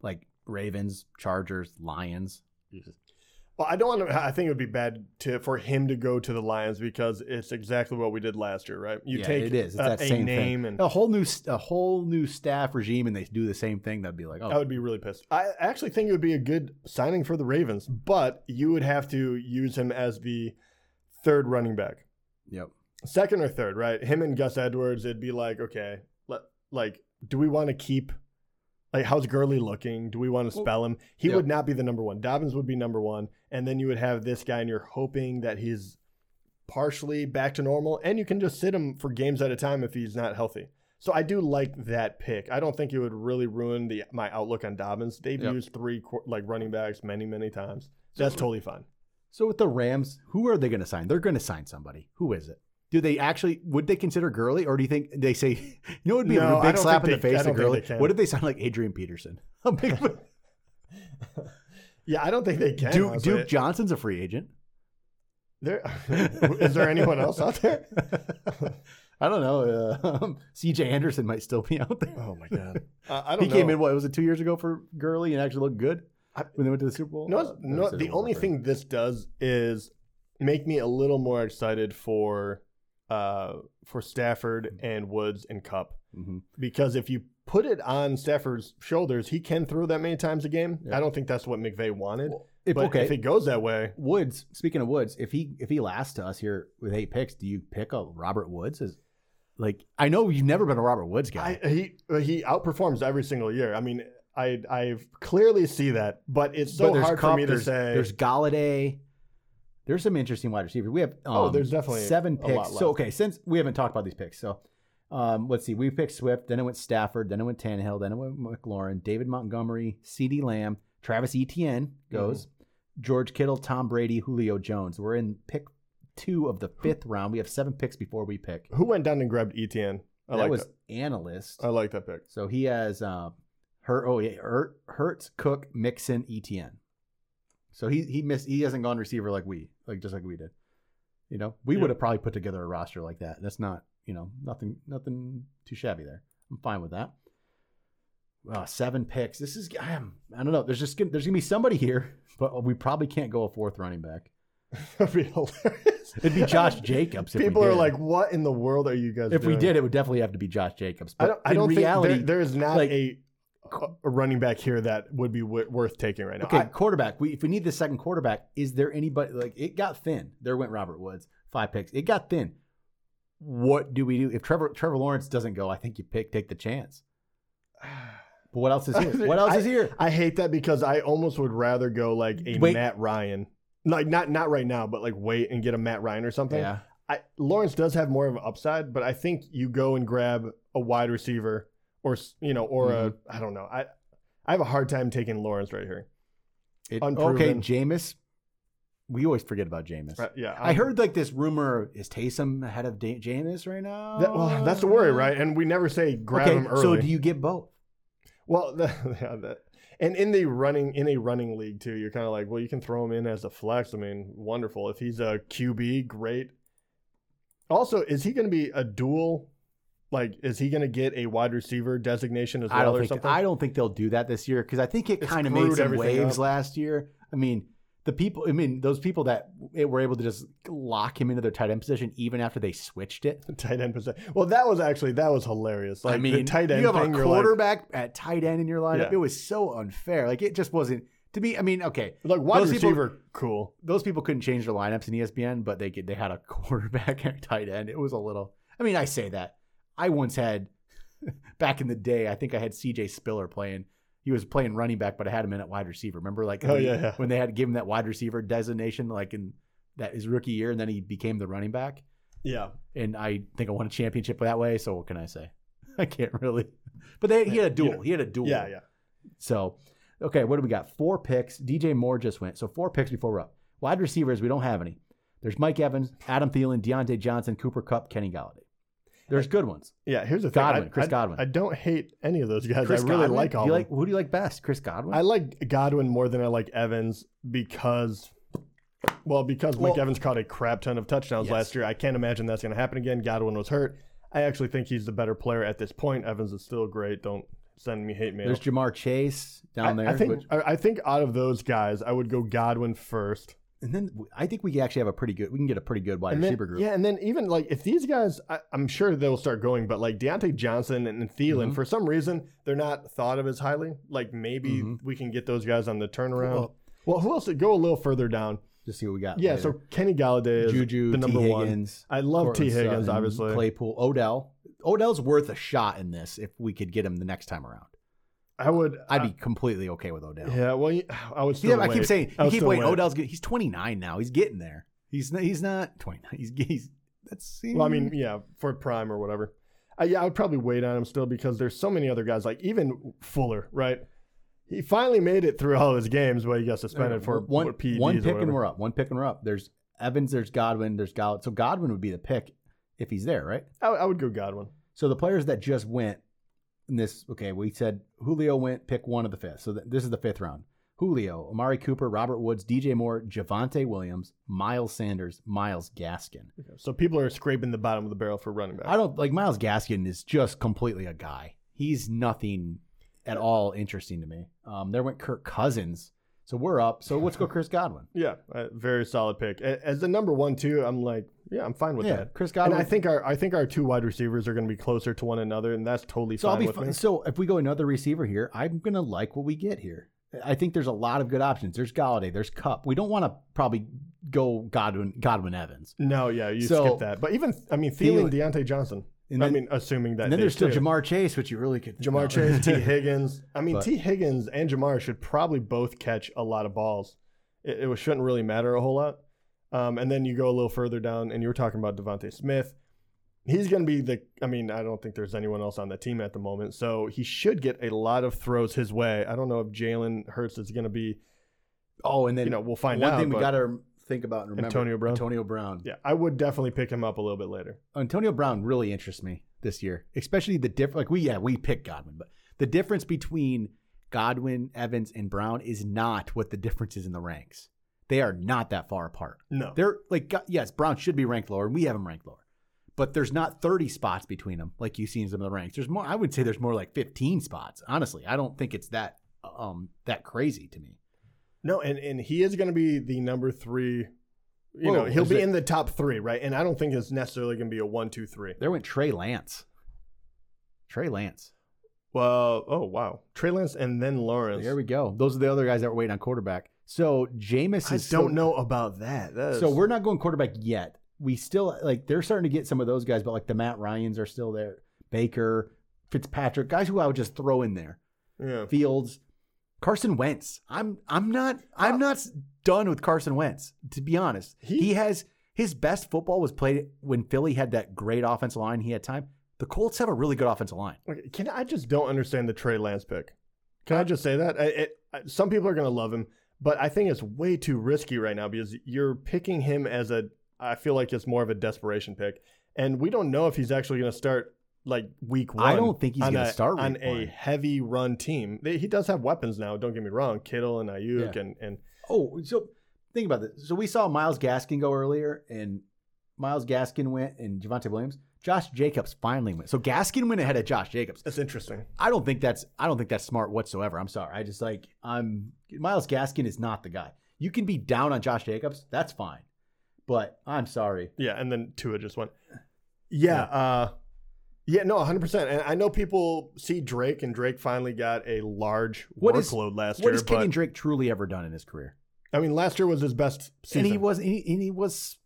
like Ravens, Chargers, Lions. Well, I don't want to. I think it would be bad to for him to go to the Lions because it's exactly what we did last year, right? You yeah, take it is. It's a, that a same thing. name Oh. and. a whole new a whole new staff regime, and they do the same thing. That'd be like, I oh, would be really pissed. I actually think it would be a good signing for the Ravens, but you would have to use him as the third running back. yep, second or third, right? Him and Gus Edwards, it'd be like, okay, le- like, do we want to keep, like, how's Gurley looking? Do we want to Well, spell him? He yeah. would not be the number one. Dobbins would be number one. And then you would have this guy, and you're hoping that he's partially back to normal, and you can just sit him for games at a time if he's not healthy. So I do like that pick. I don't think it would really ruin the my outlook on Dobbins. They've Yep. used three qu- like running backs many many times. That's totally fine. So with the Rams, who are they going to sign? They're going to sign somebody. Who is it? Do they actually? Would they consider Gurley, or do you think they say, you know, it'd be No, a I big don't slap in think the they- I face to don't think Gurley? they can. What if they sound like Adrian Peterson? A big- Yeah, I don't think they can. Duke, honestly. Duke Johnson's a free agent. There is there anyone else out there? I don't know. Uh, C.J. Anderson might still be out there. Oh my god! Uh, I don't He know. came in. What was it? Two years ago for Gurley, and actually looked good I- when they went to the Super Bowl. No, Uh, it's- that no, was it the over only for- thing this does is make me a little more excited for uh for Stafford Hmm. and Woods and Cup Mhm. because if you put it on Stafford's shoulders, he can throw that many times a game. Yeah. I don't think that's what McVay wanted. If, but okay, if it goes that way, Woods. Speaking of Woods, if he if he lasts to us here with eight picks, do you pick a Robert Woods? Is Like I know you've never been a Robert Woods guy. I, he he outperforms every single year. I mean, I I clearly see that, but it's so but there's hard Kupp, for me to there's, say. There's Galladay. There's some interesting wide receivers. We have um, Oh, there's definitely seven a lot picks. left. So okay, since we haven't talked about these picks, so um, let's see. We picked Swift, then it went Stafford, then it went Tannehill, then it went McLaurin, David Montgomery, C.D. Lamb, Travis Etienne Mm-hmm. goes, George Kittle, Tom Brady, Julio Jones. We're in pick two of the fifth round. We have seven picks before we pick. Who went down and grabbed ETN? I that like was that. analyst. I like that pick. so he has um, her. Oh yeah, Hurt, Hertz, Cook, Mixon, Etienne. So he he missed. He hasn't gone receiver like we like just like we did. You know, we Yeah. would have probably put together a roster like that. That's not you know nothing nothing too shabby there. I'm fine with that. Uh, seven picks. This is I am I don't know. There's just gonna, there's gonna be somebody here, but we probably can't go a fourth running back. That'd be hilarious. It'd be Josh Jacobs. If we People are did. like, "What in the world are you guys?" if we doing?" did, it would definitely have to be Josh Jacobs. But I don't. I in don't reality, think there, there is not like- a, a running back here that would be w- worth taking right now. Okay, I- quarterback. We if we need the second quarterback, is there anybody like it got thin? There went Robert Woods, five picks. It got thin. What do we do if Trevor Trevor Lawrence doesn't go? I think you pick take the chance. But what else is here? What else is here? I hate that because I almost would rather go like a Wait. Matt Ryan. Like not not right now, but like wait and get a Matt Ryan or something. Yeah, I, Lawrence does have more of an upside, but I think you go and grab a wide receiver or s- you know or Mm-hmm. a I don't know. I I have a hard time taking Lawrence right here. It- Unproven. okay, Jameis. We always forget about Jameis. Right, Um, yeah, I heard like this rumor: is Taysom ahead of da- Jameis right now? That, well, that's the worry, right? And we never say grab okay, him early. so do you get both? Well, the, yeah, that, and in the running in a running league too, you're kind of like, well, you can throw him in as a flex. I mean, wonderful if he's a QB, great. Also, is he going to be a dual? Like, is he going to get a wide receiver designation as well I don't or think something? I don't think they'll do that this year because I think it It kind of screwed made some everything waves up. last year. I mean, the people. I mean, those people that were able to just lock him into their tight end position even after they switched it. tight end position. Well, that was actually that was hilarious. Like I mean, the tight end you have thing. a you're like- quarterback at tight end in your lineup. Yeah. It was so unfair. Like it just wasn't to me. I mean, okay, like, wide Those people- receiver, cool. those people couldn't change their lineups in E ESPN, but they could, they had a quarterback and a tight end. It was a little. I mean, I say that. I once had back in the day. I think I had C.J. Spiller playing. He was playing running back, but I had him in at wide receiver. Remember, like Oh, when- yeah, yeah. when they had given that wide receiver designation, like in that his rookie year, and then he became the running back. Yeah, And I think I won a championship that way. So what can I say? I can't really. But they, he had a duel. He had a duel. yeah, yeah. So, okay, what do we got? Four picks. DJ Moore just went. So four picks before we're up. Wide receivers, we don't have any. There's Mike Evans, Adam Thielen, Deontay Johnson, Cooper Cup, Kenny Galladay. There's good ones. Yeah, here's the thing. Godwin, I, Chris I- Godwin. I don't hate any of those guys. Chris I really Godwin? like all do you of like who do you like best? Chris Godwin. I like Godwin more than I like Evans because, well, because Mike Well- Evans caught a crap ton of touchdowns Yes. last year. I can't imagine that's going to happen again. Godwin was hurt. I actually think he's the better player at this point. Evans is still great. Don't send me hate mail. There's Jamar Chase down I, there. I think which- I, I think out of those guys, I would go Godwin first. and then I think we actually have a pretty good. We can get a pretty good wide And then, receiver group. yeah, and then even like if these guys, I, I'm sure they'll start going, but like Deontay Johnson and Thielen, Mhm. for some reason, they're not thought of as highly. Like maybe Mhm. we can get those guys on the turnaround. Well, well, who else? Go a little further down. just see what we got. Yeah, later. so Kenny Galladay is Juju, the number T. one. Higgins. I love T. Cortland Higgins, Sutton, obviously. Claypool, Odell. Odell's worth a shot in this if we could get him the next time around. I would. I'd be completely okay with Odell. Yeah, well, you- I would Yeah, still. I keep wait. saying I you would keep still waiting. wait. Odell's get, he's 29 now. He's getting there. He's not, he's not 29. He's he's that's Well, I mean, yeah, for prime or whatever. I, yeah, I would probably wait on him still because there's so many other guys, like even Fuller, right? He finally made it through all his games, but he got suspended for Uh, one what, PEDs one or pick and whatever. we're up. One pick and we're up. There's Evans. There's Godwin. There's Golladay. So Godwin would be the pick if he's there, right? I, I would go Godwin. So the players that just went in this, okay, we said Julio went pick one of the fifth. So th- this is the fifth round. Julio, Amari Cooper, Robert Woods, DJ Moore, Javante Williams, Miles Sanders, Miles Gaskin. So people are scraping the bottom of the barrel for running back. I don't like Miles Gaskin is just completely a guy. He's nothing at all interesting to me. Um, there went Kirk Cousins. So we're up. So let's go Chris Godwin. yeah, a very solid pick. A- As the number one, too, I'm like, yeah, I'm fine with yeah, that. Chris And Godwin. I think our I think our two wide receivers are going to be closer to one another, and that's totally so fine I'll be with fine. me. so if we go another receiver here, I'm gonna like what we get here. I think there's a lot of good options. There's Galladay. There's Cup. We don't want to probably go Godwin Godwin Evans. No, yeah, you So- skip that. But even I mean, Thielen, Thielen- Deontay Johnson, And I then, mean, assuming that and then they there's still do. Jamar Chase, which you really could. Jamar no. Chase, T. Higgins. I mean, But- T. Higgins and Jamar should probably both catch a lot of balls. It, it shouldn't really matter a whole lot. Um, and then you go a little further down, and you were talking about Devontae Smith. He's going to be the. I mean, I don't think there's anyone else on the team at the moment, so he should get a lot of throws his way. I don't know if Jalen Hurts is going to be. Oh, and then You know, we'll find one out. thing we but- got to think about and remember Antonio Brown? Antonio Brown. yeah, I would definitely pick him up a little bit later. Antonio Brown really interests me this year, especially the difference. Like we, yeah, we picked Godwin, but the difference between Godwin, Evans, and Brown is not what the difference is in the ranks. They are not that far apart. No, They're like, go- yes, Brown should be ranked lower, and we have him ranked lower, but there's not 30 spots between them like you see in some of the ranks. There's more. I would say there's more like 15 spots. Honestly, I don't think it's that um that crazy to me. No, and, and he is going to be the number three. Whoa, You know, he'll Oh, is be it- in the top three, right? And I don't think it's necessarily going to be a one, two, three. There went Trey Lance. Trey Lance. Well, oh wow, Trey Lance and then Lawrence. There we go. Those are the other guys that were waiting on quarterback. So Jameis I is still- don't know about that. That is- So we're not going quarterback yet. We still like they're starting to get some of those guys, but like the Matt Ryan's are still there. Baker, Fitzpatrick, guys who I would just throw in there. yeah. Fields, Carson Wentz. I'm I'm not I'm not s- done with Carson Wentz. To be honest, He- he, has his best football was played when Philly had that great offensive line. He had time. The Colts have a really good offensive line. Okay, Can I just don't understand the Trey Lance pick? Can I just say that? I, it, I, some people are going to love him, but I think it's way too risky right now because you're picking him as a. I feel like it's more of a desperation pick, and we don't know if he's actually going to start like week one. I don't think he's on gonna a- start week on a one. heavy run team. They- He does have weapons now. Don't get me wrong, Kittle and Ayuk Yeah. and and Oh, so think about this. So we saw Miles Gaskin go earlier, and Miles Gaskin went, and Javante Williams. Josh Jacobs finally went. So Gaskin went ahead of Josh Jacobs. that's interesting. I don't think that's I don't think that's smart whatsoever. I'm sorry. I just like I'm Miles Gaskin is not the guy. You can be down on Josh Jacobs, that's fine. But I'm sorry. Yeah, and then Tua just went. Yeah, uh yeah, no, 100%. And I know people see Drake and Drake finally got a large What is- workload last What year, has Kenyon but Drake truly ever done in his career? I mean last year was his best season. And he was and he, and he was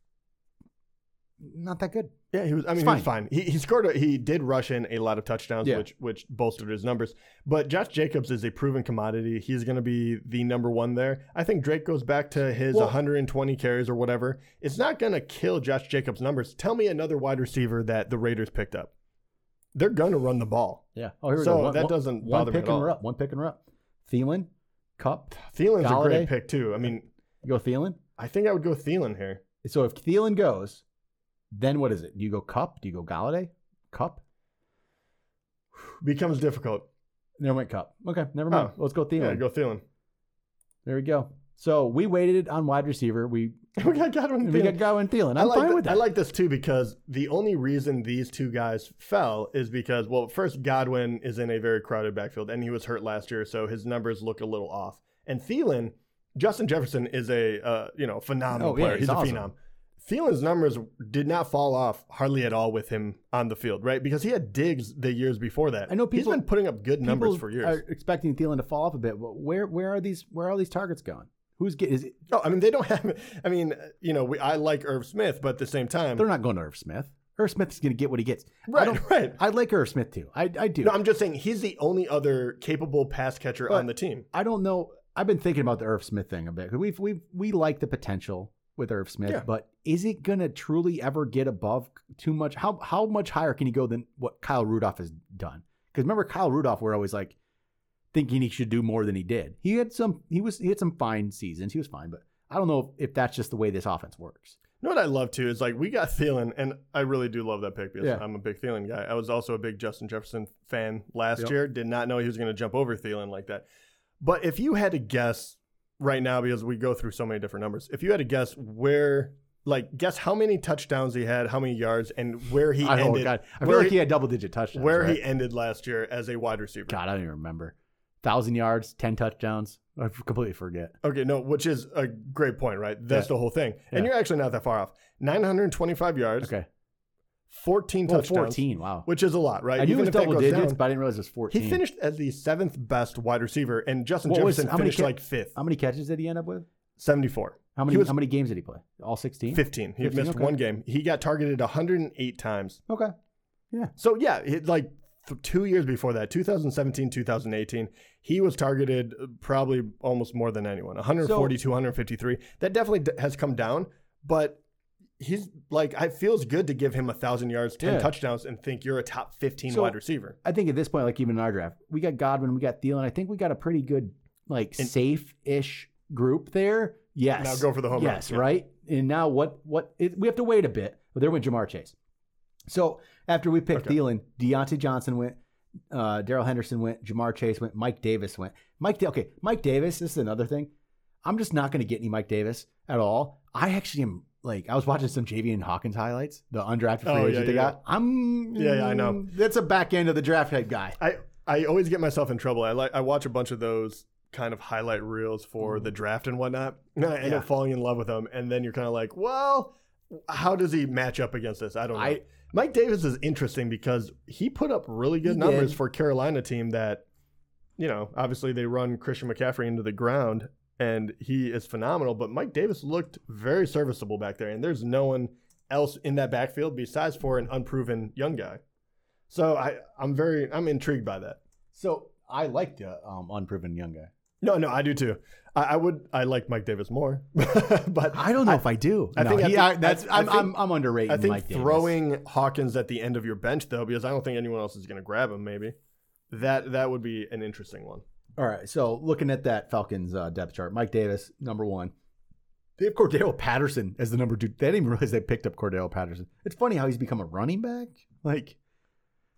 not that good. yeah, he was I mean It's he was fine. He, he scored a, he did rush in a lot of touchdowns Yeah. which which bolstered his numbers. But Josh Jacobs is a proven commodity. He's going to be the number 1 there. I think Drake goes back to his Well- 120 carries or whatever. It's not going to kill Josh Jacobs numbers. Tell me another wide receiver that the Raiders picked up. They're going to run the ball. Yeah. Oh, here we So go. One- that one- doesn't one bother me pick at and all. we're up. One pick and we're up. Thielen, Cup, Thielen's a Galladay? great pick too. I mean, You go Thielen. I think I would go Thielen here. So if Thielen goes, then what is it? Do you go Cup? Do you go Galladay? Cup? Becomes difficult. Never went Cup. Okay, never mind. Oh. Let's go Thielen. Yeah, go Thielen. There we go. So we waited on wide receiver. We we got Godwin. we Thielen. got Godwin Thielen. I'm I like fine th- with that. I like this too because the only reason these two guys fell is because well, first Godwin is in a very crowded backfield and he was hurt last year, so his numbers look a little off. And Thielen, Justin Jefferson is a uh, you know phenomenal Oh, yeah, player. he's he's awesome. a phenom. Thielen's numbers did not fall off hardly at all with him on the field, right? Because he had digs the years before that. I know people- he's been putting up good numbers People for years. Are expecting Thielen to fall off a bit. But where where are these where are all these targets going? Who's getting? Is it, No, I mean they don't have. I mean, you know, we, I like Irv Smith, but at the same time, they're not going to Irv Smith. Irv Smith's going to get what he gets. I, don't- right, right. I like Irv Smith too. I I do. No, I'm just saying he's the only other capable pass catcher But- on the team. I don't know. I've been thinking about the Irv Smith thing a bit. We've we we like the potential with Irv Smith, Yeah. but is it going to truly ever get above too much? How how much higher can he go than what Kyle Rudolph has done? Because remember, Kyle Rudolph, we're always like thinking he should do more than he did. He had some. He was he had some fine seasons. He was fine, but I don't know if, if that's just the way this offense works. You know what I love too is like we got Thielen, and I really do love that pick because Yeah. I'm a big Thielen guy. I was also a big Justin Jefferson fan last Yep. year. Did not know he was going to jump over Thielen like that. But if you had to guess right now, because we go through so many different numbers, if you had to guess where, like, guess how many touchdowns he had, how many yards, and where he I, oh ended, God, I feel where like he- he had double digit touchdowns. where right? he ended last year as a wide receiver. God, I don't even remember. Thousand yards, ten touchdowns. I completely forget. Okay, no, which is a great point, right? That's Yeah. the whole thing. And Yeah. you're actually not that far off. 925 yards, Okay, 14 well, touchdowns, fourteen. Wow. which is a lot, right? I knew it Even was if that double goes digits, down, but I didn't realize it was 14. he finished as the seventh best wide receiver, and Justin What was- Jefferson how many finished ca- uh, like fifth, How many catches did he end up with? 74. How many He was- how many games did he play? All 16? 15. He 15, missed okay. one game. He got targeted 108 times. Okay. Yeah. So yeah, it, like th- two years before that, 2017, 2018, he was targeted uh, probably almost more than anyone. 140, 253. That definitely d- has come down, but he's like, it feels good to give him a thousand yards, ten Yeah. touchdowns, and think you're a top 15 So- wide receiver. I think at this point, like even in our draft, we got Godwin, we got Thielen. I think we got a pretty good, like And- safe-ish group there. Yes. Now go for the home run. yes, right. And now what? What it, we have to wait a bit. But there went Jamar Chase. So after we picked Okay. Thielen, Deontay Johnson went, uh, Daryl Henderson went, Jamar Chase went, Mike Davis went. Mike, Da- okay, Mike Davis. This is another thing. I'm just not going to get any Mike Davis at all. I actually am like I was watching some JV and Hawkins highlights, the undrafted free Oh, agent yeah, they yeah. got. I'm mm, Yeah, yeah, I know. That's a back end of the draft head guy. I I always get myself in trouble. I like I watch a bunch of those kind of highlight reels for the draft and whatnot, and I end Mm-hmm. Yeah. up falling in love with them. And then you're kind of like, well, how does he match up against this? I don't know. I- Mike Davis is interesting because he put up really good He numbers did. for Carolina team that, you know, obviously they run Christian McCaffrey into the ground and he is phenomenal. But Mike Davis looked very serviceable back there, and there's no one else in that backfield besides for an unproven young guy. So I, I'm very I'm intrigued by that. So I like the um, unproven young guy. No, no, I do too. I, I would I like Mike Davis more, but I don't know if I do. I No, think- I he- think- I- that's I- I I'm, think- I'm, I'm underrating. I think Mike Davis. throwing Hawkins at the end of your bench though, because I don't think anyone else is going to grab him. Maybe that that would be an interesting one. All right. So looking at that Falcons uh, depth chart, Mike Davis, number one. They have Cordell Patterson as the number two. They didn't even realize they picked up Cordell Patterson. It's funny how he's become a running back. Like,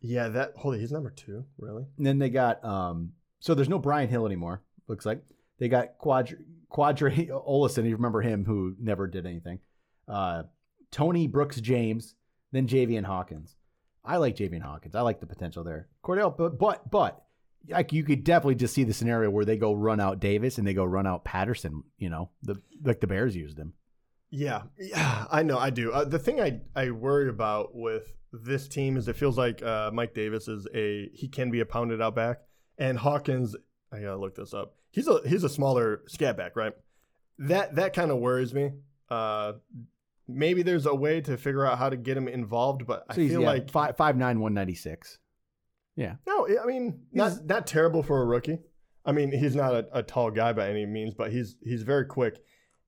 Yeah, that holy, he's number two, really. and then they got um. So there's no Brian Hill anymore. Looks like they got Quadri Quadri Olison. You remember him, who never did anything. Uh, Tony Brooks James, then Javian Hawkins. I like Javian Hawkins. I like the potential there. Cordell, but but but like you could definitely just see the scenario where they go run out Davis and they go run out Patterson. You know, the like the Bears used him. Yeah, yeah, I know, I do. Uh, the thing I I worry about with this team is it feels like uh, Mike Davis is a he can be a pounded out back, and Hawkins. I gotta look this up. He's a he's a smaller scat back, right? That that kind of worries me. Uh, maybe there's a way to figure out how to get him involved, but I So he's feel yeah, like five five nine one ninety six. no. I mean, not not terrible for a rookie. I mean, he's not a, a tall guy by any means, but he's he's very quick.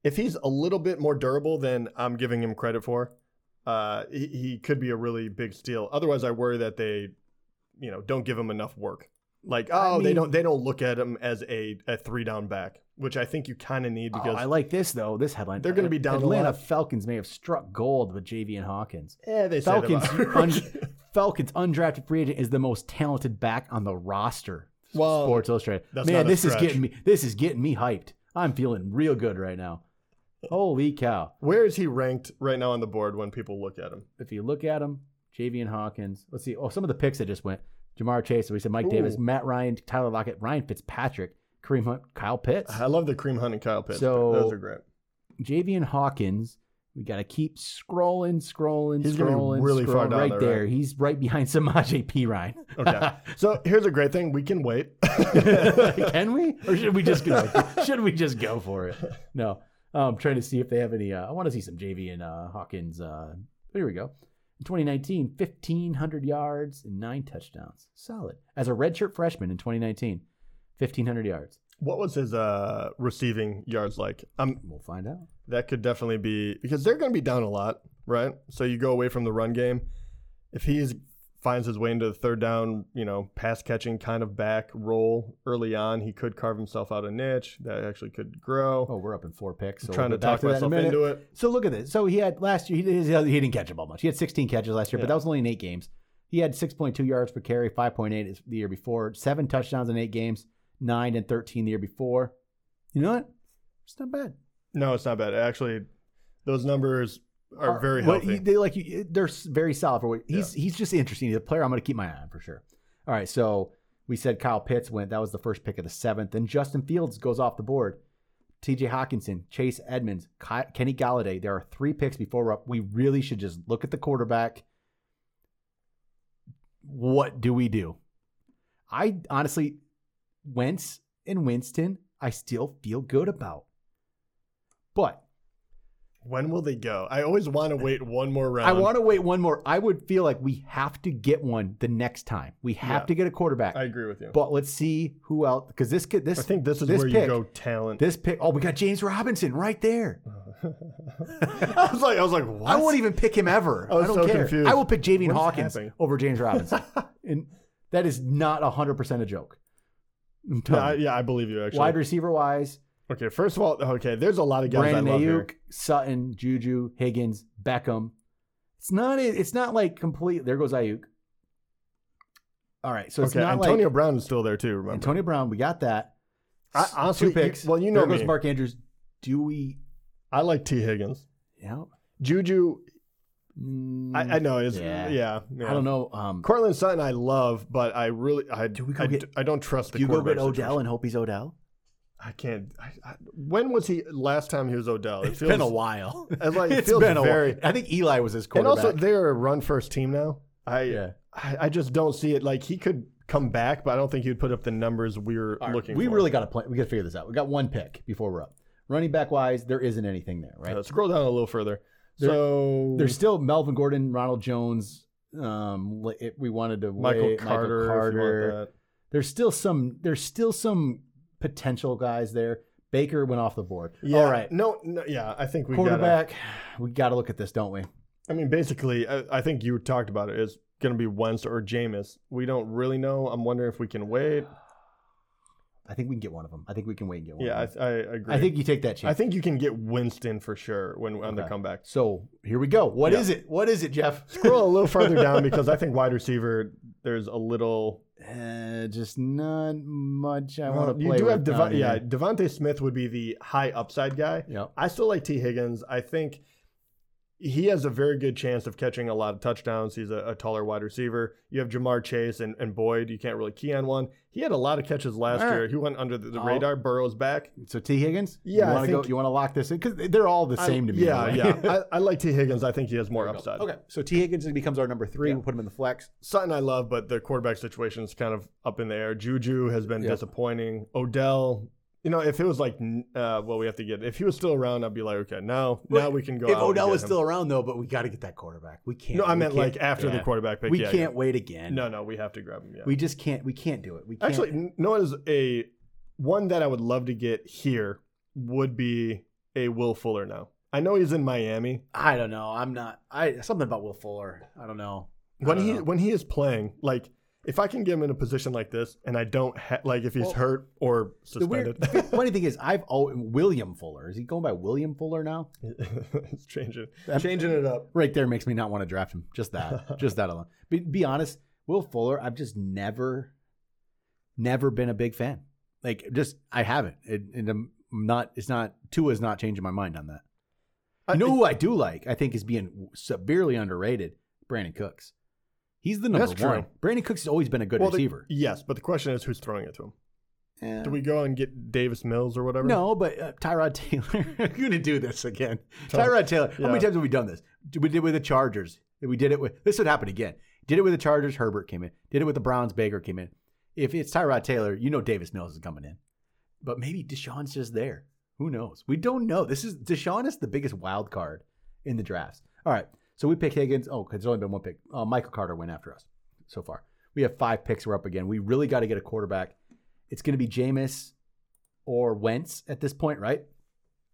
If he's a little bit more durable than I'm giving him credit for, uh, he, he could be a really big steal. Otherwise, I worry that they, you know, don't give him enough work. Like, oh, I they mean- don't they don't look at him as a, a three down back, which I think you kind of need Because because Oh, I like this though. This headline: They're gonna be down a Atlanta lot. Falcons may have struck gold with J.V. and Hawkins. eh, they say that Falcons, about- un- Falcons undrafted free agent is the most talented back on the roster. Well, Sports Illustrated. Oh, that's Man, not a this stretch. is getting me. This is getting me hyped. I'm feeling real good right now. Holy cow! Where is he ranked right now on the board when people look at him? If you look at him, Javian Hawkins. Let's see. Oh, some of the picks that just went: Jamar Chase. We said Mike Ooh. Davis, Matt Ryan, Tyler Lockett, Ryan Fitzpatrick, Kareem Hunt, Kyle Pitts. I love the cream hunt and Kyle Pitts. So- Those are great. Javian Hawkins. We got to keep scrolling, scrolling, He's gonna be scrolling, really far scrolling. down right there, there. right? He's right behind Samaje P. Ryan. Okay. so here's a great thing. We can wait. Can we? Or should we just go? should we just go for it? No. I'm trying to see if they have any. Uh, I want to see some JV and uh, Hawkins. Uh, here we go. In 2019, 1,500 yards and nine touchdowns. Solid. As a redshirt freshman in 2019, 1,500 yards. what was his uh, receiving yards like? Um, We'll find out. that could definitely be because they're going to be down a lot, right? So you go away from the run game. If he finds his way into the third down, you know, pass catching kind of back role early on, he could carve himself out a niche that actually could grow. Oh, we're up in four picks. So I'm trying we'll to get back talk that in a myself minute. into it. So look at this. So he had last year. He, did- he didn't catch the ball much. He had 16 catches last year, Yeah. but that was only in eight games. He had 6.2 yards per carry, 5.8 is the year before, seven touchdowns in eight games, nine and 13 the year before. You know what? It's not bad. No, it's not bad. Actually, those numbers are very But healthy. Uh, he- they like you- they're s- very solid for what he's. He's just interesting. He's a player I'm going to keep my eye on for sure. All right, so we said Kyle Pitts went. That was the first pick of the seventh. Then Justin Fields goes off the board. T.J. Hawkinson, Chase Edmonds, Ki- Kenny Galladay. There are three picks before we're up. We really should just look at the quarterback. What do we do? I honestly, Wentz and Winston, I still feel good about. But When will they go? I always want to wait one more round. I want to wait one more. I would feel like we have to get one the next time. We have Yeah. to get a quarterback. I agree with you. but let's see who else because this could this I think this is where you pick- go talent. This pick. Oh, we got James Robinson right there. I was like, I was like, what? I won't even pick him ever. I, was don't so care. confused. I will pick Javian What is Hawkins happening? over James Robinson, and that is not hundred percent a joke. I'm Yeah, telling I, you. yeah, I believe you actually. Wide receiver wise, Okay, first of all, okay, there's a lot of guys I Brandon love Ayuk, here. Sutton, Juju, Higgins, Beckham. It's not. It's not like complete. There goes Ayuk. All right, so it's Okay, not Antonio like Brown is still there too. Remember? Antonio Brown. We got that. I, honestly, Two picks. You, well, you know there goes me. Mark Andrews. Do we? I like T. Higgins. Yeah. Juju, Mm, I, I know is Yeah. yeah. yeah. I don't know. Um, Cortland Sutton, I love, but I really I Do we go I, get- d- I don't trust the you go quarterback get Odell situation. and hope he's Odell. I can't. I, I, when was he last time he was Odell? It It's been a while. It's like, it It's feels been a very- while. I think Eli was his And quarterback. also, they're a run first team now. I, yeah. I I just don't see it. Like he could come back, but I don't think he'd put up the numbers we were All right, looking. we for. really got to play. We got to figure this out. We got one pick before we're up. Running back wise, there isn't anything there, right? Uh, scroll down a little further. There- so There's still Melvin Gordon, Ronald Jones. Um, li- if we wanted to Michael wait, Carter. if you Michael want Carter. that. There's still some. There's still some potential guys there. Baker went off the board. Yeah. All right, No, no. Yeah. I think we Gotta, quarterback. we got to look at this, don't we? I mean, basically, I, I think you talked about it. It's going to be Wentz or Jameis. We don't really know. I'm wondering if we can wait. I think we can get one of them. I think we can wait and get one. Yeah, of them. I, I agree. I think you take that chance. I think you can get Winston for sure when on the Okay. comeback. So here we go. What Yeah. is it? What is it, Jeff? Scroll a little further down because I think wide receiver. There's a little. Uh, just not much I want to you play. do have with uh, Devon, down yeah. here. Devonte Smith would be the high upside guy. Yep. I still like T Higgins. I think he has a very good chance of catching a lot of touchdowns. He's a, a taller wide receiver. You have Jamar Chase and, and Boyd. You can't really key on one. He had a lot of catches last All right. year. He went under the, the I'll- radar. Burrow's back. So T Higgins. Yeah, You I want to go? think- You want to lock this in because they're all the I- same to me. Yeah, anyway. yeah. I, I like T Higgins. I think he has more There we go. upside. Okay. So T Higgins becomes our number three. Yeah. We'll put him in the flex. Sutton I love, but the quarterback situation is kind of up in the air. Juju has been Yeah. disappointing. Odell, you know, if it was like, n- uh, well, we have to get. If he was still around, I'd be like, okay, now, now we can go. if out and Odell get was him. still around though, but we got to get that quarterback. We can't. no, I we meant can't- like after the yeah. quarterback pick. We yeah, can't wait again. Yeah. No, no, we have to grab him. Yeah. We just can't. We can't do it. We can't. Actually, n- no one is a one that I would love to get here would be a Will Fuller. Now I know he's in Miami. I don't know. I'm not. I something about Will Fuller. I don't know. I When don't he know. when he is playing, like if I can get him in a position like this, and I don't ha- like if he's Well, hurt or The weird, suspended. funny thing is, I've always William Fuller. Is he going by William Fuller now? it's changing I'm- changing it up Right there makes me not want to draft him. Just that, just that alone. But be honest, Will Fuller, I've just never, never been a big fan. Like, just I haven't, it, and I'm not. It's not. Tua's not changing my mind on that. Uh, You know who I do like? I think is being severely underrated. Brandon Cooks. He's the number That's true. one. Brandon Cooks has always been a good Well, the- receiver. yes but the question is who's throwing it to him Eh. do we go and get davis mills or whatever No, but uh, Tyrod Taylor. We're gonna do this again. Tell- Tyrod Taylor. How many Yeah. times have we done this? We did it with the Chargers. We did it with. This would happen again. Did it with the Chargers. Herbert came in. Did it with the Browns. Baker came in. If it's Tyrod Taylor, you know Davis Mills is coming in. But maybe Deshaun's just there. Who knows? We don't know. This is Deshaun is the biggest wild card in the drafts. All right. So we pick Higgins. Oh, 'cause it's only been one pick. Uh, Michael Carter went after us so far. We have five picks. We're up again. We really got to get a quarterback. It's going to be Jameis or Wentz at this point, right?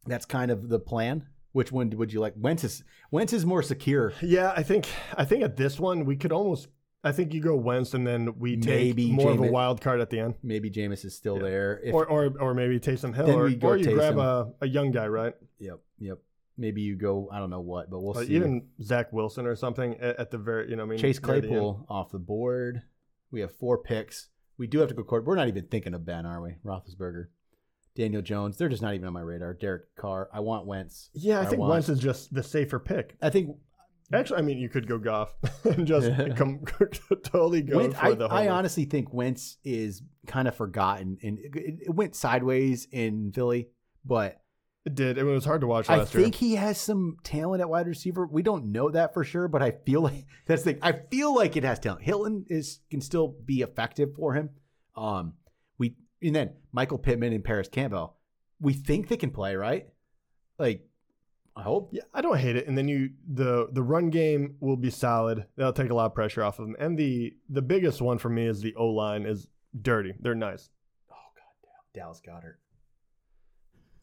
That's kind of the plan. Which one would you like? Wentz is Wentz is more secure. yeah i think i think at this one we could almost i think you go wentz and then we take Maybe more of a Jameis- wild card at the end Maybe Jameis is still there. If, or, or or maybe Taysom Hill, Then or, we go or you grab Taysom. a, a young guy, right? yep, yep. Maybe you go. I don't know what, but we'll Like see. even Zach Wilson or something at, at the very, you know, I mean, Chase near the end. Claypool off the board. We have four picks. We do have to go court. We're not even thinking of Ben, are we? Roethlisberger, Daniel Jones. They're just not even on my radar. Derek Carr. I want Wentz. Yeah, I, I think want- Wentz is just the safer pick. I think Actually, I mean, you could go Goff and just come totally go Wentz, for I, the. I homer. honestly think Wentz is kind of forgotten, and it, it- it went sideways in Philly. But It did. It was hard to watch I last year. think he has some talent at wide receiver. We don't know that for sure, but I feel like that's the thing. I feel like it has talent. Hilton is can still be effective for him. Um, we and then Michael Pittman and Paris Campbell. We think they can play, right? Like I hope. Yeah, I don't hate it. And then you the the run game will be solid. That'll take a lot of pressure off of them. And the the biggest one for me is the O line is dirty. They're nice. Oh god, damn. Dallas Goddard.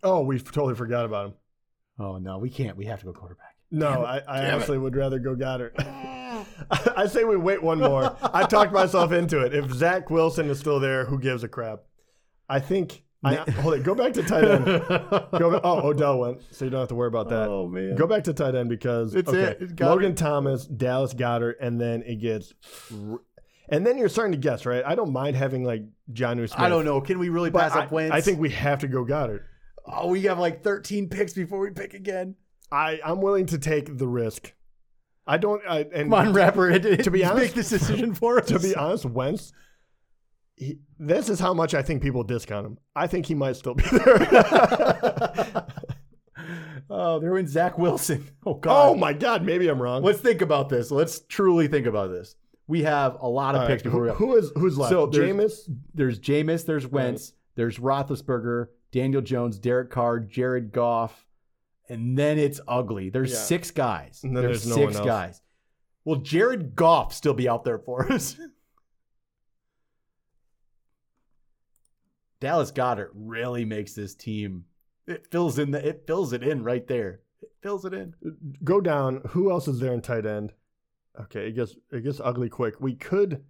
Oh, we totally forgot about him. Oh no, we can't. We have to go quarterback. No, I, I actually would rather go Goddard. I say we wait one more. I talked myself into it. If Zach Wilson is still there, who gives a crap? I think. I, hold it. Go back to tight end. Go ba- oh, Odell went, so you don't have to worry about that. Oh man. Go back to tight end because It's okay, it. It's Goddard. Logan Thomas, Dallas Goddard, and then it gets, r- and then you're starting to guess, right? I don't mind having like John Smith. I don't know. Can we really But pass I, up Wentz? I think we have to go Goddard. Oh, we have like 13 picks before we pick again. I I'm willing to take the risk. I don't. I, and Come on, rapper. To be honest- make this decision for us. to be honest, Wentz. He, this is how much I think people discount him. I think he might still be there. oh, they're in Zach Wilson. Oh God. oh my God, maybe I'm wrong. Let's think about this. Let's truly think about this. We have a lot of All right, picks before we who, go. who is who's left? So there's- Jameis. There's Jameis. There's Wentz. There's Roethlisberger, Daniel Jones, Derek Carr, Jared Goff, and then it's ugly. There's Yeah. six guys. And then there's no six one else. guys. Will Jared Goff still be out there for us? Dallas Goddard really makes this team. It fills in the. It fills it in right there. It fills it in. Go down. Who else is there in tight end? Okay, it gets it gets ugly quick. We could,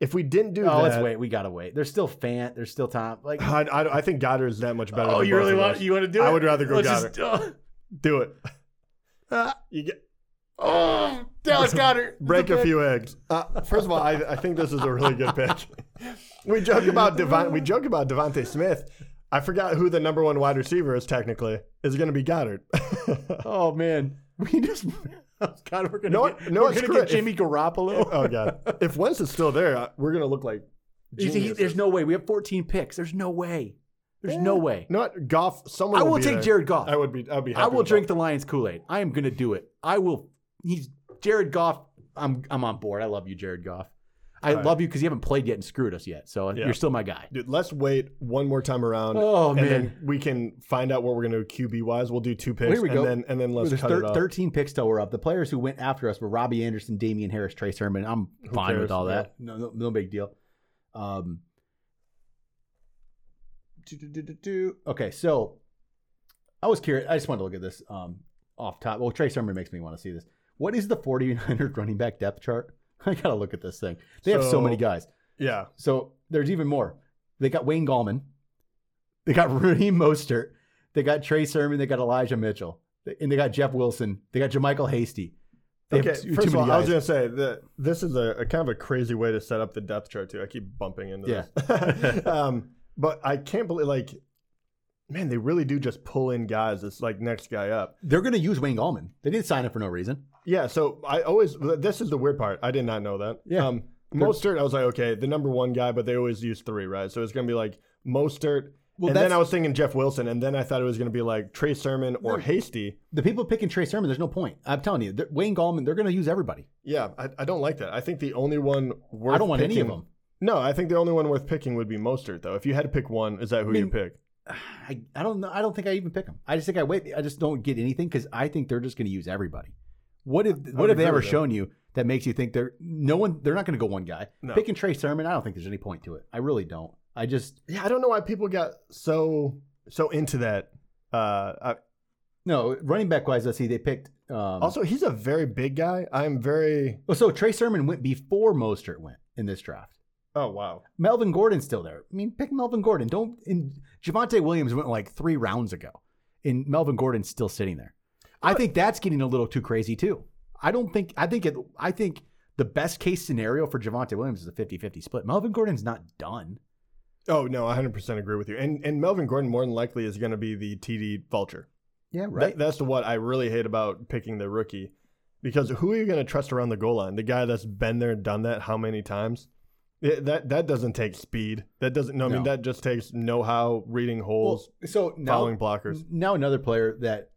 if we didn't do that. Oh, let's wait. We gotta wait. There's still Fant. There's still Tom. Like, I, I, I think Goddard is that much better. oh, than you both really of want us. you want to do it? I would rather go Let's just- oh. do it. Ah. You get Oh, Dallas Goddard. break a few eggs. Uh, first of all, I, I think this is a really good pick. we joke about Devon. We joke about Devonte Smith. I forgot who the number one wide receiver is. Technically, is going to be Goddard. Oh man, we just God, we're gonna No, get, no, we're it's gonna correct. get Jimmy Garoppolo. oh God! If Wentz is still there, I- we're going to look like. You see, geniuses. there's no way. We have 14 picks. There's no way. There's no way. No, Goff. Someone. I will be take there. Jared Goff. I would be. I'd be. Happy I will with drink the Lions Kool Aid. I am gonna do it. I will. He's Jared Goff. I'm I'm on board. I love you, Jared Goff. I All right. love you because you haven't played yet and screwed us yet. So Yeah. you're still my guy. that. Dude, let's wait one more time around. Oh, and man. then we can find out what we're going to do QB wise. We'll do two picks. Here we and go. Then, and then let's There's cut thir- it off. 13 picks till we're up. The players who went after us were Robbie Anderson, Damian Harris, Trey Sermon. I'm fine cares? with all that. No, no, no big deal. Um, do, do, do, do, do. Okay, so I was curious. I just wanted to look at this um, off top. Well, Trey Sermon makes me want to see this. What is the 49er running back depth chart? I got to look at this thing. They have so So- many guys. Yeah. So there's even more. They got Wayne Gallman. They got Raheem Mostert. They got Trey Sermon. They got Elijah Mitchell. They- And they got Jeff Wilson. They got Jermichael Hasty. They Okay. have too, first too of all, many I was guys. going to say that this is a, a kind of a crazy way to set up the depth chart too. I keep bumping into Yeah. this. um, but I can't believe like. Man, they really do just pull in guys. It's like next guy up. They're going to use Wayne Gallman. They didn't sign him for no reason. Yeah, so I always this is the weird part. I did not know that. Yeah. Um Mostert, I was like, okay, the number one guy, but they always use three, right? So it's gonna be like Mostert. Well, and then that's- I was thinking Jeff Wilson, and then I thought it was gonna be like Trey Sermon or Hasty. The people picking Trey Sermon, there's no point. I'm telling you, they're- Wayne Gallman, they're going to use everybody. Yeah, I, I don't like that. I think the only one worth I don't want any of picking- them. No, I think the only one worth picking would be Mostert, though. If you had to pick one, is that who you mean- pick? I, I don't know. I don't think I even pick them. I just think I wait. I just don't get anything because I think they're just going to use everybody. What if what have agree they ever with that. shown you that makes you think they're no one? They're not going to go one guy. No. Picking Trey Sermon, I don't think there's any point to it. I really don't. I just Yeah, I don't know why people got so so into that. Uh, I, no running back wise. Let's see. They picked um, also. also, he's a very big guy. I'm very. So Trey Sermon went before Mostert went in this draft. Oh wow. Melvin Gordon's still there. I mean, pick Melvin Gordon. Don't and Javante Williams went like three rounds ago, and Melvin Gordon's still sitting there. I think that's getting a little too crazy too. I don't think I think it I think the best case scenario for Javante Williams is a 50-50 split. Melvin Gordon's not done. Oh no, I 100% agree with you. And and Melvin Gordon more than likely is going to be the TD vulture. Yeah, That- that's the what I really hate about picking the rookie because who are you going to trust around the goal line? The guy that's been there, done that how many times? Yeah, that that doesn't take speed. That doesn't no, I mean No. that just takes know-how, reading holes, so now, following blockers. now another player that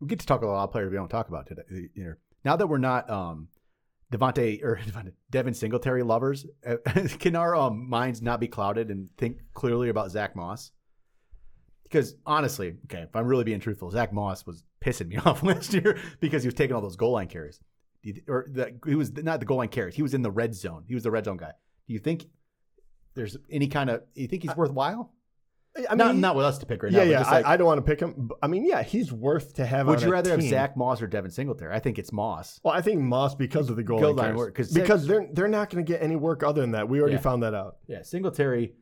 we get to talk about a lot of players we don't talk about today. eh, Here. Now that we're not um, Devonte or Devontae, Devin Singletary lovers, uh, can our um, minds not be clouded and think clearly about Zach Moss? Because honestly, okay, if I'm really being truthful, Zach Moss was pissing me off last year because he was taking all those goal line carries. Do you th- Or the, he was not the goal line carries. He was in the red zone. He was the red zone guy. Do you think there's any kind of? You think he's worthwhile? I mean, not not with us to pick right yeah, now. but yeah. just like- I, I don't want to pick him. but- I mean, yeah, he's worth to have. would on you a rather have team. Zach Moss or Devin Singletary? I think it's Moss. Well, I think Moss because of the goal, Goal line line carries. work, 'cause Zach- because they're they're not going to get any work other than that. We already Yeah. found that out. Yeah, Singletary.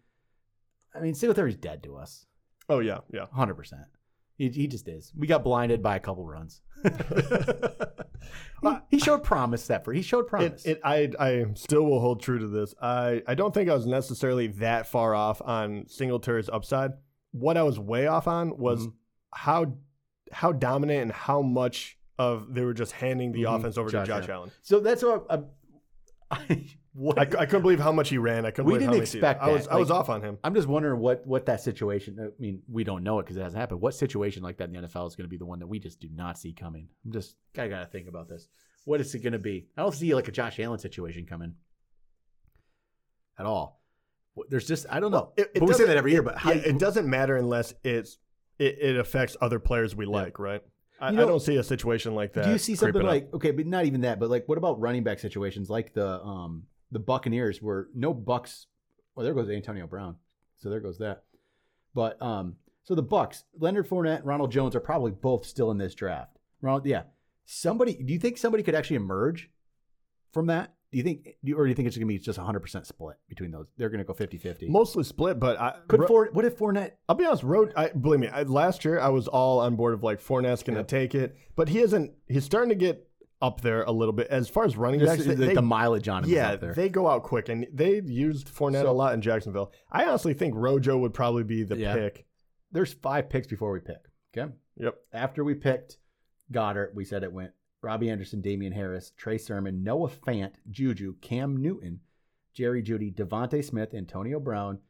I mean, Singletary's dead to us. Oh yeah, yeah. hundred percent. He, he just is. We got blinded by a couple runs. he, he showed promise that for he showed It, promise. it, I, I still will hold true to this. I, I don't think I was necessarily that far off on Singletary's upside. What I was way off on was Mhm. how how dominant and how much of they were just handing the Mhm. offense over Josh to Josh Allen. Allen. so that's what I, I, what, I, c- I couldn't believe how much he ran. I couldn't We believe how didn't many- expect I was that. I was Like- off on him. I'm just wondering what what that situation. I mean, we don't know it because it hasn't happened. What situation like that in the NFL is going to be the one that we just do not see coming? I'm just I gotta think about this. What is it going to be? I don't see like a Josh Allen situation coming at all. There's just I don't know. it- it but we say doesn't- that every year, but how, Yeah, it doesn't matter unless it's it, it affects other players we like, right? I, You I know- don't see a situation like that. Do you see something creeping up. like okay, but not even that, but like what about running back situations like the um the Buccaneers where no Bucks well there goes Antonio Brown. So there goes that. But um so the Bucks, Leonard Fournette, Ronald Jones are probably both still in this draft. Ronald yeah. Somebody do you think somebody could actually emerge from that? Do you think do you- or do you think it's gonna be just hundred percent split between those? They're gonna go 50-50. mostly split? But I could Ro- Fournette, what if Fournette I'll be honest, Road. I, believe me, I, last year I was all on board of like Fournette's going to Yep. take it, but he isn't. He's starting to get up there a little bit as far as running backs. just, They, the, they- the mileage on him is yeah, up there. they go out quick, and they used Fournette So- a lot in Jacksonville. I honestly think Rojo would probably be the Yeah. pick. there's five picks before we pick. Okay. Yep. After we picked Goddard, we said it went Robbie Anderson, Damian Harris, Trey Sermon, Noah Fant, Juju, Cam Newton, Jerry Judy, Devontae Smith, Antonio Brown,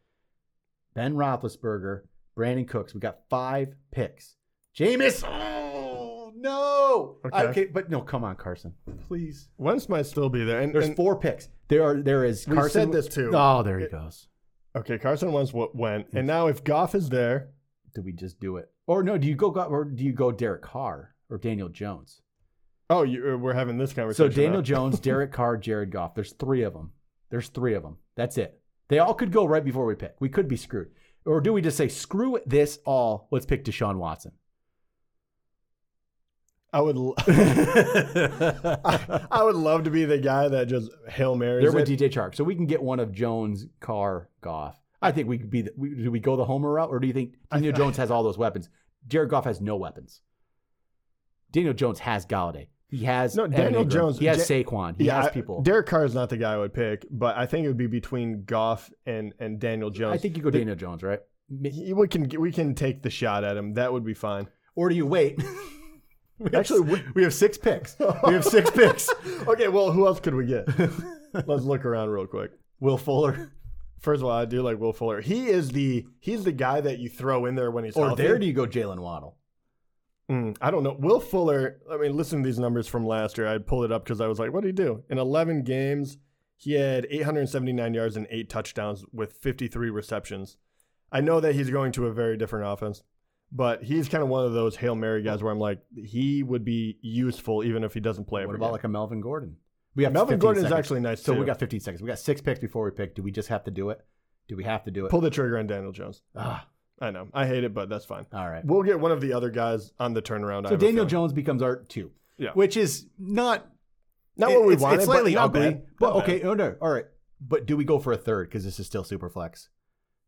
Ben Roethlisberger, Brandon Cooks. We got five picks. Jameis. Oh no. Okay. Okay. okay but no, come on, Carson. Please. Wentz might still be there, and, There's and- four picks. There are. There is. We Carson said this too. Oh, there he goes. okay, Carson Wentz w- went, and now if Goff is there, Do we just do it? Or no? Do you go? Or do you go Derek Carr or Daniel Jones? oh, you, uh, we're having this So conversation. Daniel now. Jones, Derek Carr, Jared Goff. There's three of them. There's three of them. That's it. They all could go right before we pick. We could be screwed. Or do we just say screw this all? Let's pick Deshaun Watson. I would, l- They're I would love to be the guy that just hail marys. it. with DJ Chark, so we can get one of Jones, Carr, Goff. I think we could be. The, we, do we go the Homer route, or do you think Daniel Jones has all those weapons? Jared Goff has no weapons. Daniel Jones has Galladay. He has No, Evan Daniel Ingram. Jones- He has Ja- Saquon. He has I- people. Derek Carr is not the guy I would pick, but I think it would be between Goff and and Daniel Jones. I think you go Daniel Jones, right? Mi- He- we can we can take the shot at him. That would be fine. or do you wait? we Actually, have, we have six picks. We have six picks. Okay, well, who else could we get? Let's look around real quick. Will Fuller, First of all, I do like Will Fuller. He is the he's the guy that you throw in there when he's or healthy. there do you go Jalen Waddle? Mm, I don't know. Will Fuller. I mean, listen to these numbers from last year. I pulled it up because I was like, "What did he do in 11 games?" He had 879 yards and eight touchdowns with 53 receptions. I know that he's going to a very different offense, but he's kind of one of those hail mary guys where I'm like, he would be useful even if he doesn't play What every about game. like a Melvin Gordon? We have Melvin 15 Gordon is seconds. actually nice So too. we got 15 seconds. We got six picks before we pick. Do we just have to do it? Do we have to do it? pull the trigger on Daniel Jones. Ah, I know. I hate it, but that's fine. all right. We'll get one of the other guys on the turnaround. I So have a Daniel feeling. Jones becomes our two, Yeah. which is not not it- what we it's, wanted, It's slightly but not ugly, bad. but Not bad. okay. No, no. All right. But do we go for a third? Because this is still super flex.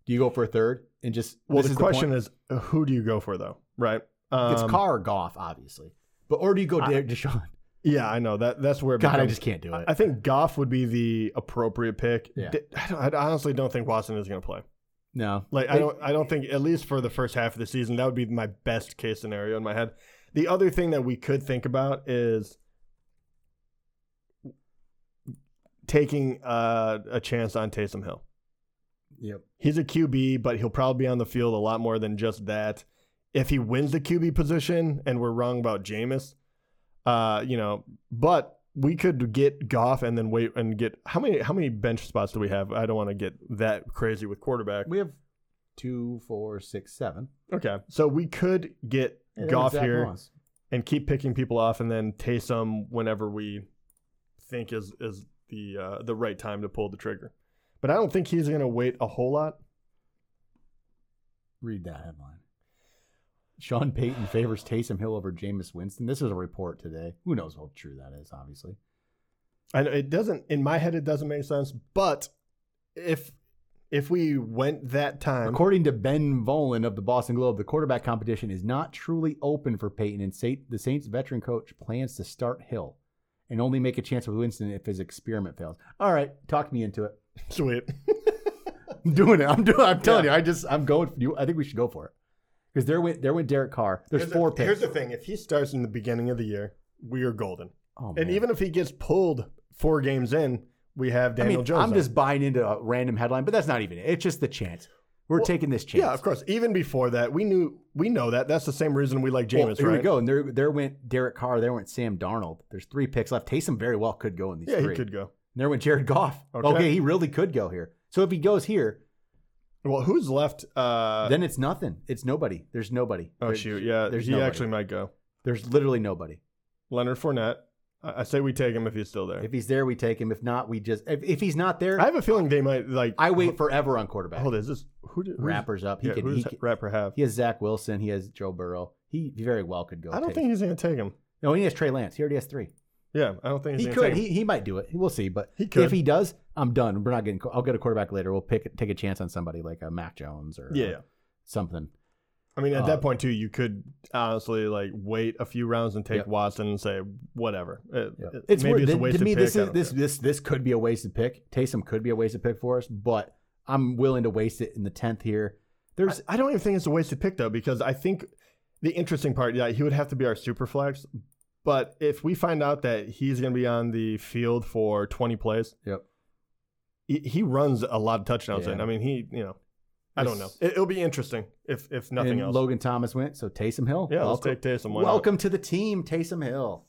Do you go for a third and just? Well, this the is point- question is, uh, who do you go for though? Right? Um, It's Carr or Goff, obviously. But or do you go I- Derek Deshaun? Yeah, I know that. That's where. it God, I becomes- just can't do it. I think Goff would be the appropriate pick. Yeah. D- I, don't- I honestly don't think Watson is going to play. no. Like, I They- don't. I don't think at least for the first half of the season, that would be my best case scenario in my head. The other thing that we could think about is taking uh, a chance on Taysom Hill. Yep. He's a QB, but he'll probably be on the field a lot more than just that. If he wins the QB position and we're wrong about Jameis, uh, you know, but we could get Goff and then wait and get how many how many bench spots do we have? I don't want to get that crazy with quarterback. We have two, four, six, seven. Okay, so we could get Yeah, that's Goff Zach here Moss. and keep picking people off, and then Taysom whenever we think is is the uh, the right time to pull the trigger. But I don't think he's going to wait a whole lot. Read that headline. Sean Payton favors Taysom Hill over Jameis Winston. This is a report today. Who knows how true that is, obviously. I know it doesn't in my head it doesn't make sense, but if if we went that time, According to Ben Volen of the Boston Globe, the quarterback competition is not truly open for Peyton, and Sa- the Saints veteran coach plans to start Hill and only make a chance with Winston if his experiment fails. All right, talk me into it. sweet. I'm doing it. I'm doing. I'm telling you. I just. I'm going. For you. I think we should go for it because there went there went Derek Carr. There's Here's the- four picks. Here's the thing: if he starts in the beginning of the year, we are golden. oh, And man. even if he gets pulled four games in, we have I Daniel mean, Jones. I'm on. just buying into a random headline, but that's not even it. It's just the chance. We're taking this chance. yeah, of course. Even before that, we knew we know that. That's the same reason we like Well, Jameis, here right? we go. And there there went Derek Carr. There went Sam Darnold. There's three picks left. Taysom very well could go in these Yeah, three. he could go. And there went Jared Goff. Okay. Okay. he really could go here. So if he goes here, Well, who's left? Uh, then it's nothing. It's nobody. There's nobody. oh There's- shoot, yeah, there's he nobody. actually might go. There's literally nobody. Leonard Fournette. I, I say we take him if he's still there. If he's there, we take him. If not, we just if, if he's not there, I I, have a feeling they might like. wait forever on quarterback. Hold on, is this who? did- who's- Wrappers up. He Yeah, could. who He, does could- rapper have? he has Zach Wilson. He has Joe Burrow. He very well could go. I don't take- think he's gonna take him. No, he has Trey Lance. He already has three. Yeah, I don't think he's He gonna could. Take him. He, he might do it. We'll see. But He could. if he does, I'm done. We're not getting. I'll get a quarterback later. We'll pick take a chance on somebody like a Mac Jones or uh, yeah, yeah. something. I mean, at Uh, that point too, you could honestly like wait a few rounds and take Yep. Watson and say whatever. It- it- It's maybe weird. it's a Th- wasted to me, pick. this I is don't this care. this this could be a wasted pick. Taysom could be a wasted pick for us, but I'm willing to waste it in the tenth here. There's I don't even think it's a wasted pick though, because I think the interesting part, yeah, he would have to be our super flex. But if we find out that he's going to be on the field for 20 plays, Yep. he, he runs a lot of touchdowns Yeah. in. I mean, he, you know, I don't know. It's- It, will be interesting if if nothing and else. Logan Thomas went, so Taysom Hill. yeah, welcome, let's take Taysom. why not? welcome to the team, Taysom Hill.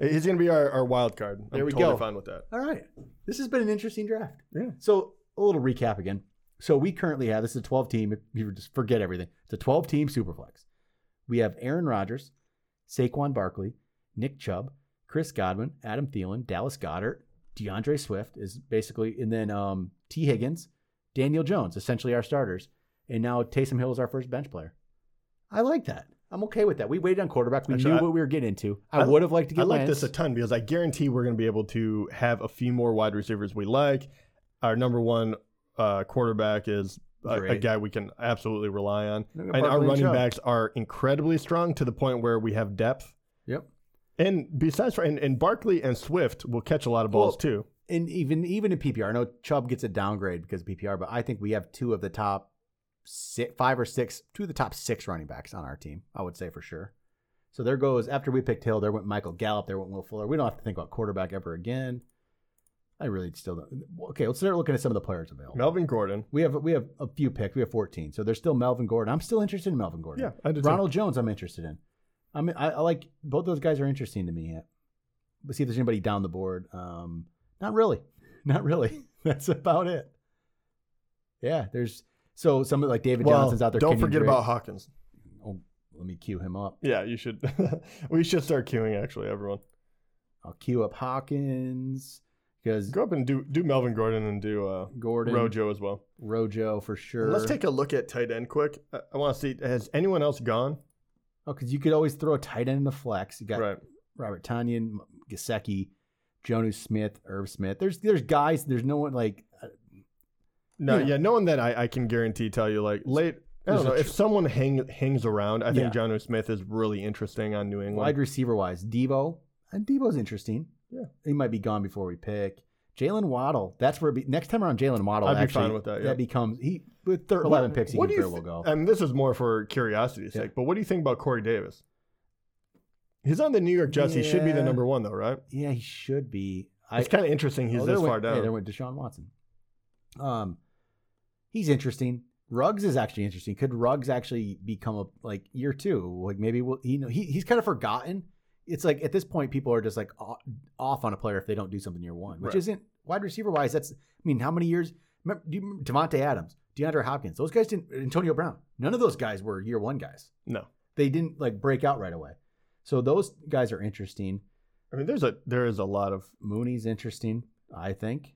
He's going to be our, our wild card. I'm There we totally go. fine with that. All right, this has been an interesting draft. Yeah. So a little recap again. So we currently have this is a 12 team. If you just forget everything, it's a 12 team superflex. We have Aaron Rodgers, Saquon Barkley, Nick Chubb, Chris Godwin, Adam Thielen, Dallas Goddard, DeAndre Swift is basically, and then um, T Higgins, Daniel Jones, essentially our starters, and now Taysom Hill is our first bench player. I like that. I'm okay with that. We waited on quarterback. We Actually, knew I- what we were getting into. I, I- would have liked to get I like Lance. this a ton because I guarantee we're going to be able to have a few more wide receivers we like. Our number one uh, quarterback is a, a Great. guy we can absolutely rely on, Look at and Barkley our and running Chubb. backs are incredibly strong to the point where we have depth. Yep. And besides, for and, and Barkley and Swift will catch a lot of balls Well, too. and even even in PPR, I know Chubb gets a downgrade because of PPR, but I think we have two of the top six, five or six, two of the top six running backs on our team. I would say for sure. So there goes after we picked Hill, there went Michael Gallup, there went Will Fuller. We don't have to think about quarterback ever again. I really still don't. Okay, let's start looking at some of the players available. Melvin Gordon. We have we have a few picks. We have 14, so there's still Melvin Gordon. I'm still interested in Melvin Gordon. Yeah, I do too. Ronald Jones. I'm interested in. I mean, I, I like both those guys are interesting to me. Let's see if there's anybody down the board. Um, not really, not really. That's about it. Yeah, there's so somebody like David Well, Johnson's out there. don't Kenyon forget Drake. about Hawkins. Oh, let me cue him up. Yeah, you should. we should start queuing. Actually, everyone, I'll cue up Hawkins because go up and do do Melvin Gordon and do uh, Gordon Rojo as well. Rojo for sure. Let's take a look at tight end quick. I, I want to see has anyone else gone? oh, because you could always throw a tight end in the flex. You got Right. Robert Tanyan, Gasecki, Jonu Smith, Irv Smith. There's there's guys. There's no one like uh, No, Yeah. yeah, no one that I, I can guarantee tell you like late. I There's don't know a if someone hang, hangs around. I think Yeah. John Smith is really interesting on New England. wide receiver wise. Devo and Devo's interesting. Yeah. he might be gone before we pick. Jalen Waddle. That's where it'd be, next time around Jalen Waddle. I'd be actually, fine with that, yeah. becomes he with thir- What- eleven picks. He what can do very you well go. thi- And this is more for curiosity's Yeah. sake. But what do you think about Corey Davis? He's on the New York Jets. He should be the Yeah. number one though, right? yeah, he should be. I, It's kind of interesting. He's oh, there this went, far Hey, down. there went Deshaun Watson. Um, he's interesting. Ruggs is actually interesting. Could Ruggs actually become a like year two? Like maybe we'll, you know he he's kind of forgotten. It's like at this point people are just like o- off on a player if they don't do something year one, which Right. isn't wide receiver wise. That's I mean how many years? Remember, do you remember Devontae Adams? DeAndre Hopkins. Those guys didn't. Antonio Brown. None of those guys were year one guys. No. They didn't like break out right away. So those guys are interesting. I mean, there's a there is a lot of Mooney's interesting, I think.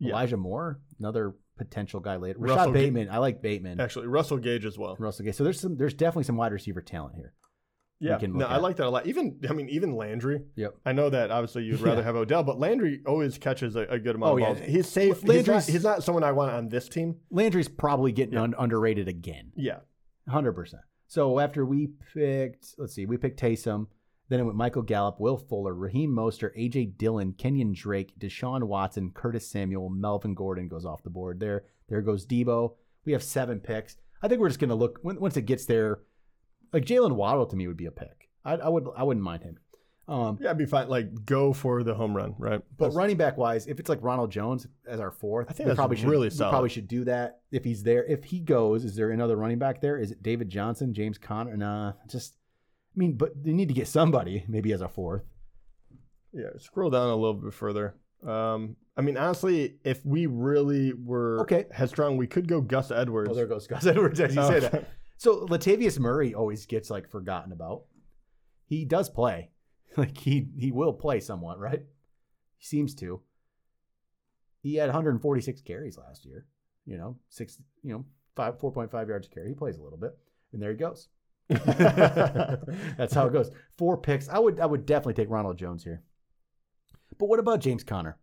Yeah. Elijah Moore, another potential guy later. Rashad Russell Ga- Bateman. I like Bateman. actually Russell Gage as well. Russell Gay. So there's some. There's definitely some wide receiver talent here. Yeah, can no, look I at. like that a lot. Even I mean, even Landry. Yep. I know that obviously you'd rather Yeah. have Odell, but Landry always catches a, a good amount Oh, of yeah. balls. He's safe. He's not, Landry's- he's not someone I want on this team. Landry's probably getting un- underrated again. Yeah, Hundred percent. So after we picked, let's see, we picked Taysom. Then it went Michael Gallup, Will Fuller, Raheem Mostert, AJ Dillon, Kenyon Drake, Deshaun Watson, Curtis Samuel, Melvin Gordon goes off the board. There, there goes Debo. We have seven picks. I think we're just gonna look when, once it gets there. Like Jalen Waddle to me would be a pick. I, I would, I wouldn't mind him. Um, yeah, it'd be fine. Like go for the home run, right? but That's- running back wise, if it's like Ronald Jones as our fourth, I think we that's probably should really we solid. probably should do that if he's there. If he goes, is there another running back there? Is it David Johnson, James Conner? Nah, just I mean, but they need to get somebody maybe as a fourth. yeah, scroll down a little bit further. Um, I mean, honestly, if we really were Okay. headstrong, we could go Gus Edwards. Oh, there goes Gus Edwards as you Oh. say that. So Latavius Murray always gets like forgotten about. He does play, like he he will play somewhat, right? He seems to. He had 146 carries last year. You know, six, you know, five, 4.5 yards a carry. He plays a little bit, and there he goes. That's how it goes. Four picks. I would I would definitely take Ronald Jones here. But what about James Conner?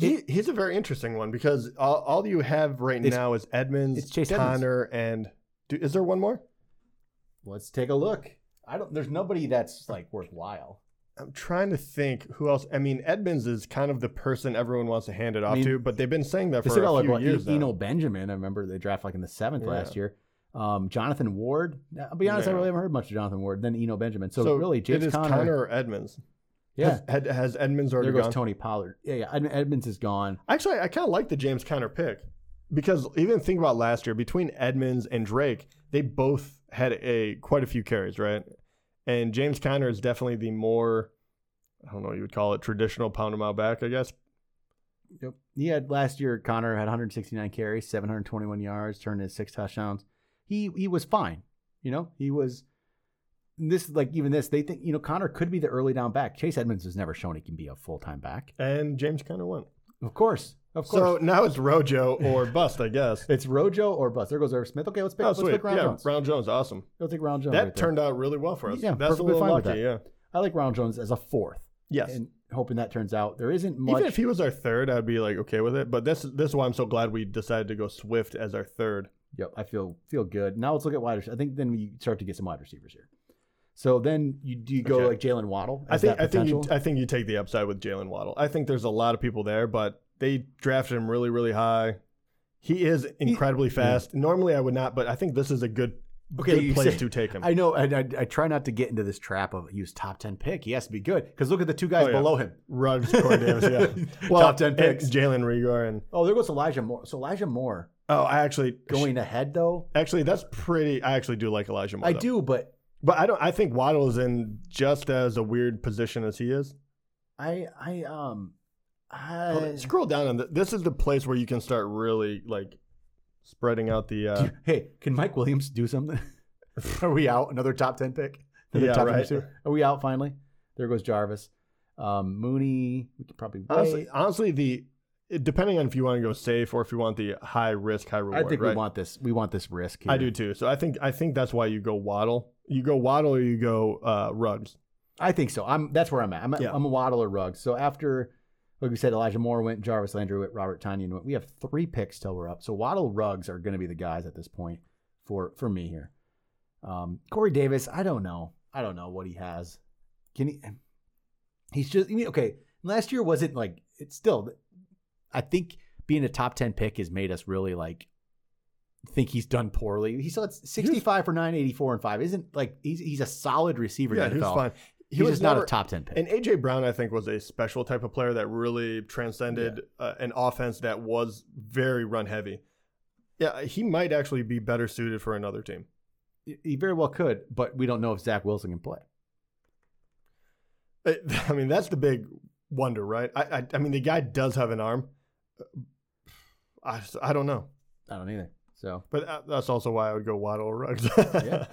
He, he's a very interesting one because all, all you have right It's- now is Edmonds, it's Chase Edmonds. Connor, and do, is there one more? Let's take a look. I don't. There's nobody that's like worthwhile. I'm trying to think who else. I mean, Edmonds is kind of the person everyone wants to hand it off mean, to, but they've been saying that They for said a about like few what, E, years. now. Eno Benjamin. I remember they draft like in the seventh Yeah. last year. Um, Jonathan Ward. I'll be honest, I Yeah. really haven't heard much of Jonathan Ward. Then Eno Benjamin. So, so really, it James is Conner. Connor, or Edmonds. yeah. Has, had- has Edmonds already There goes gone? Tony Pollard. Yeah, yeah. Ed- Edmonds is gone. Actually, I kind of like the James Conner pick because even think about last year between Edmonds and Drake, they both had a quite a few carries, right? And James Conner is definitely the more, I don't know what you would call it, traditional pound him out back, I guess. Yep. He had last year. Connor had 169 carries, 721 yards, turned in six touchdowns. He he was fine. You know, he was. This like even this they think you know Connor could be the early down back. Chase Edmonds has never shown he can be a full time back. And James Conner won. Of course, of So course. now it's Rojo or bust, I guess. it's Rojo or bust. There goes Irv Smith. Okay, let's pick. Oh, let's sweet. pick Ron yeah, Jones. Ron Jones, awesome. We'll take Ron Jones. that right there. turned out really well for us. Yeah, that's a perfectly little fine with lucky. Yeah. I like Ron Jones as a fourth, Yes. and hoping that turns out. There isn't much. Even if he was our third, I'd be like okay with it. But this this is why I'm so glad we decided to go Swift as our third. Yep, I feel feel good. Now let's look at wide receivers. I think then you start to get some wide receivers here. So then you do you go Okay. like Jalen Waddle. I as think that I think you potential? I think you take the upside with Jalen Waddle. I think there's a lot of people there, but they drafted him really really high. He is incredibly fast. Normally I would not, but I think this is a good Okay, good you place say- to take him. I know, and I, I try not to get into this trap of he was top ten pick. He has to be good because look at the two guys Oh, yeah. below him. Ruggs, Corey Davis, yeah, Top 10 and picks. Jalen Rigor, and Oh, there goes Elijah Moore. So Elijah Moore oh, I actually going ahead though. Actually, that's pretty. I actually do like Elijah Moore. I though. do, but but I don't. I think Waddle is in just as a weird position as he is. I I um Hold I on, Scroll down on the, this is the place where you can start really like spreading out the. Uh, hey, can Mike Williams do something? Are we out? Another top ten pick? Another Yeah, top 10 right. receiver? Are we out finally? There goes Jarvis. Um, Mooney, we could probably wait. honestly, honestly, the it- depending on if you want to go safe or if you want the high risk, high I reward. think we right? want this. We want this risk. Here. I do too. So I think I think that's why you go Waddle. You go Waddle or you go uh, Ruggs. I think so. I'm. That's where I'm at. I'm. A, Yeah. I'm a Waddle or Ruggs. So after, like we said, Elijah Moore went, Jarvis Landry went, Robert Tanyan went. We have three picks till we're up. So Waddle, Ruggs are going to be the guys at this point for for me here. Um, Corey Davis, I don't know. I don't know what he has. Can he? He's just. I mean, okay. Last year wasn't like it's still. I think being a top ten pick has made us really like think he's done poorly. He still had sixty five for nine eighty four and five. Isn't like he's he's a solid receiver. Yeah, in the he was NFL. fine. He He's was just not never- a top ten pick. And AJ Brown, I think, was a special type of player that really transcended uh, an offense that was very run heavy. Yeah, he might actually be better suited for another team. he very well could, but we don't know if Zach Wilson can play. I Uh, I mean, that's the big wonder, right? Uh, I, I, I mean, the guy does have an arm. I, I don't know. I don't either. So But uh, that's also why I would go Waddle or Ruggs. Yeah.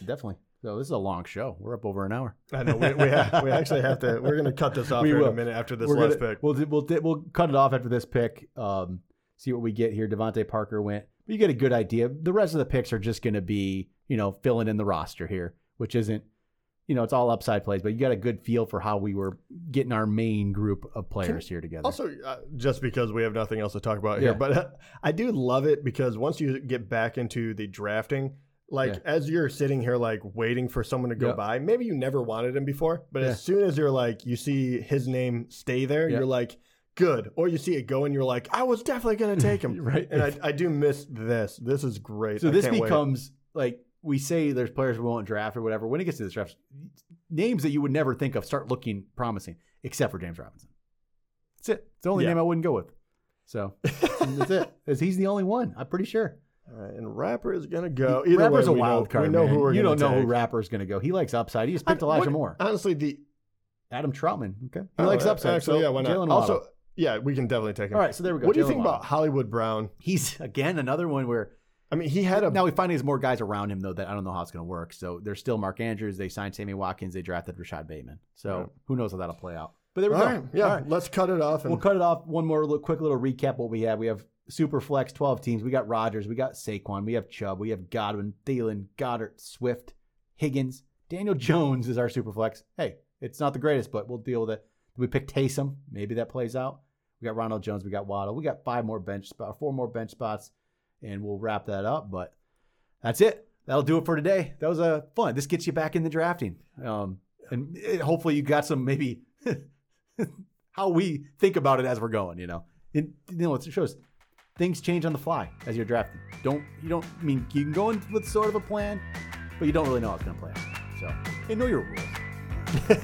definitely. So this is a long show. We're up over an hour. I know we, we, have, we actually have to. We're gonna cut this off We here in will. a minute after this We're last gonna- pick. We'll, do- we'll do- we'll cut it off after this pick. Um, see what we get here. Devontae Parker went. But you get a good idea. The rest of the picks are just going to be you know filling in the roster here, which isn't you know it's all upside plays. But you got a good feel for how we were getting our main group of players here together. Also, uh, just because we have nothing else to talk about here, Yeah. but uh, I do love it because once you get back into the drafting, like Yeah. as you're sitting here, like waiting for someone to go Yeah. by, maybe you never wanted him before, but Yeah. as soon as you're like, you see his name stay there, Yeah. you're like, good. Or you see it go and you're like, I was definitely going to take him. Right. And I, I do miss this. This is great. So I this can't wait. becomes like we say there's players we won't draft or whatever. When it gets to this draft, names that you would never think of start looking promising, except for James Robinson. That's it. It's the only Yeah. name I wouldn't go with. So that's it. 'Cause he's the only one. I'm pretty sure. All right, and Rapper is going to go. Either Rapper's way, a we wild know, card. We know man. who we're you gonna don't know who take. Rapper's going to go. He likes upside. He just I- picked Elijah what- Moore, Honestly, the Adam Troutman. Okay, he oh, likes upside. Actually, so yeah, why not? Jalen also, Waddle. yeah, we can definitely take him. all right. So there we go. What do you Jalen think Waddle. about Hollywood Brown? He's again another one where I mean, he had a now we finally has more guys around him though that I don't know how it's going to work. So there's still Mark Andrews. They signed Sammy Watkins. They drafted Rashad Bateman. So Right. who knows how that'll play out? But there All we right, go. yeah, All right. let's cut it off. And We'll cut it off. One more little, quick little recap. What we have: we have super flex, twelve teams. We got Rodgers. We got Saquon. We have Chubb. We have Godwin, Thielen, Goddard, Swift, Higgins. Daniel Jones is our super flex. Hey, it's not the greatest, but we'll deal with it. We picked Taysom. Maybe that plays out. We got Ronald Jones. We got Waddle. We got five more bench spot, four more bench spots, and we'll wrap that up. But that's it. That'll do it for today. That was uh, fun. This gets you back in the drafting, um, and eh, hopefully you got some maybe how we think about it as we're going. You know, it, you know, it shows things change on the fly as you're drafting. Don't you don't I mean you can go in with sort of a plan, but you don't really know how it's gonna play out. So, and know your rules.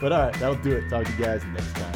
but all right, that'll do it. Talk to you guys next time.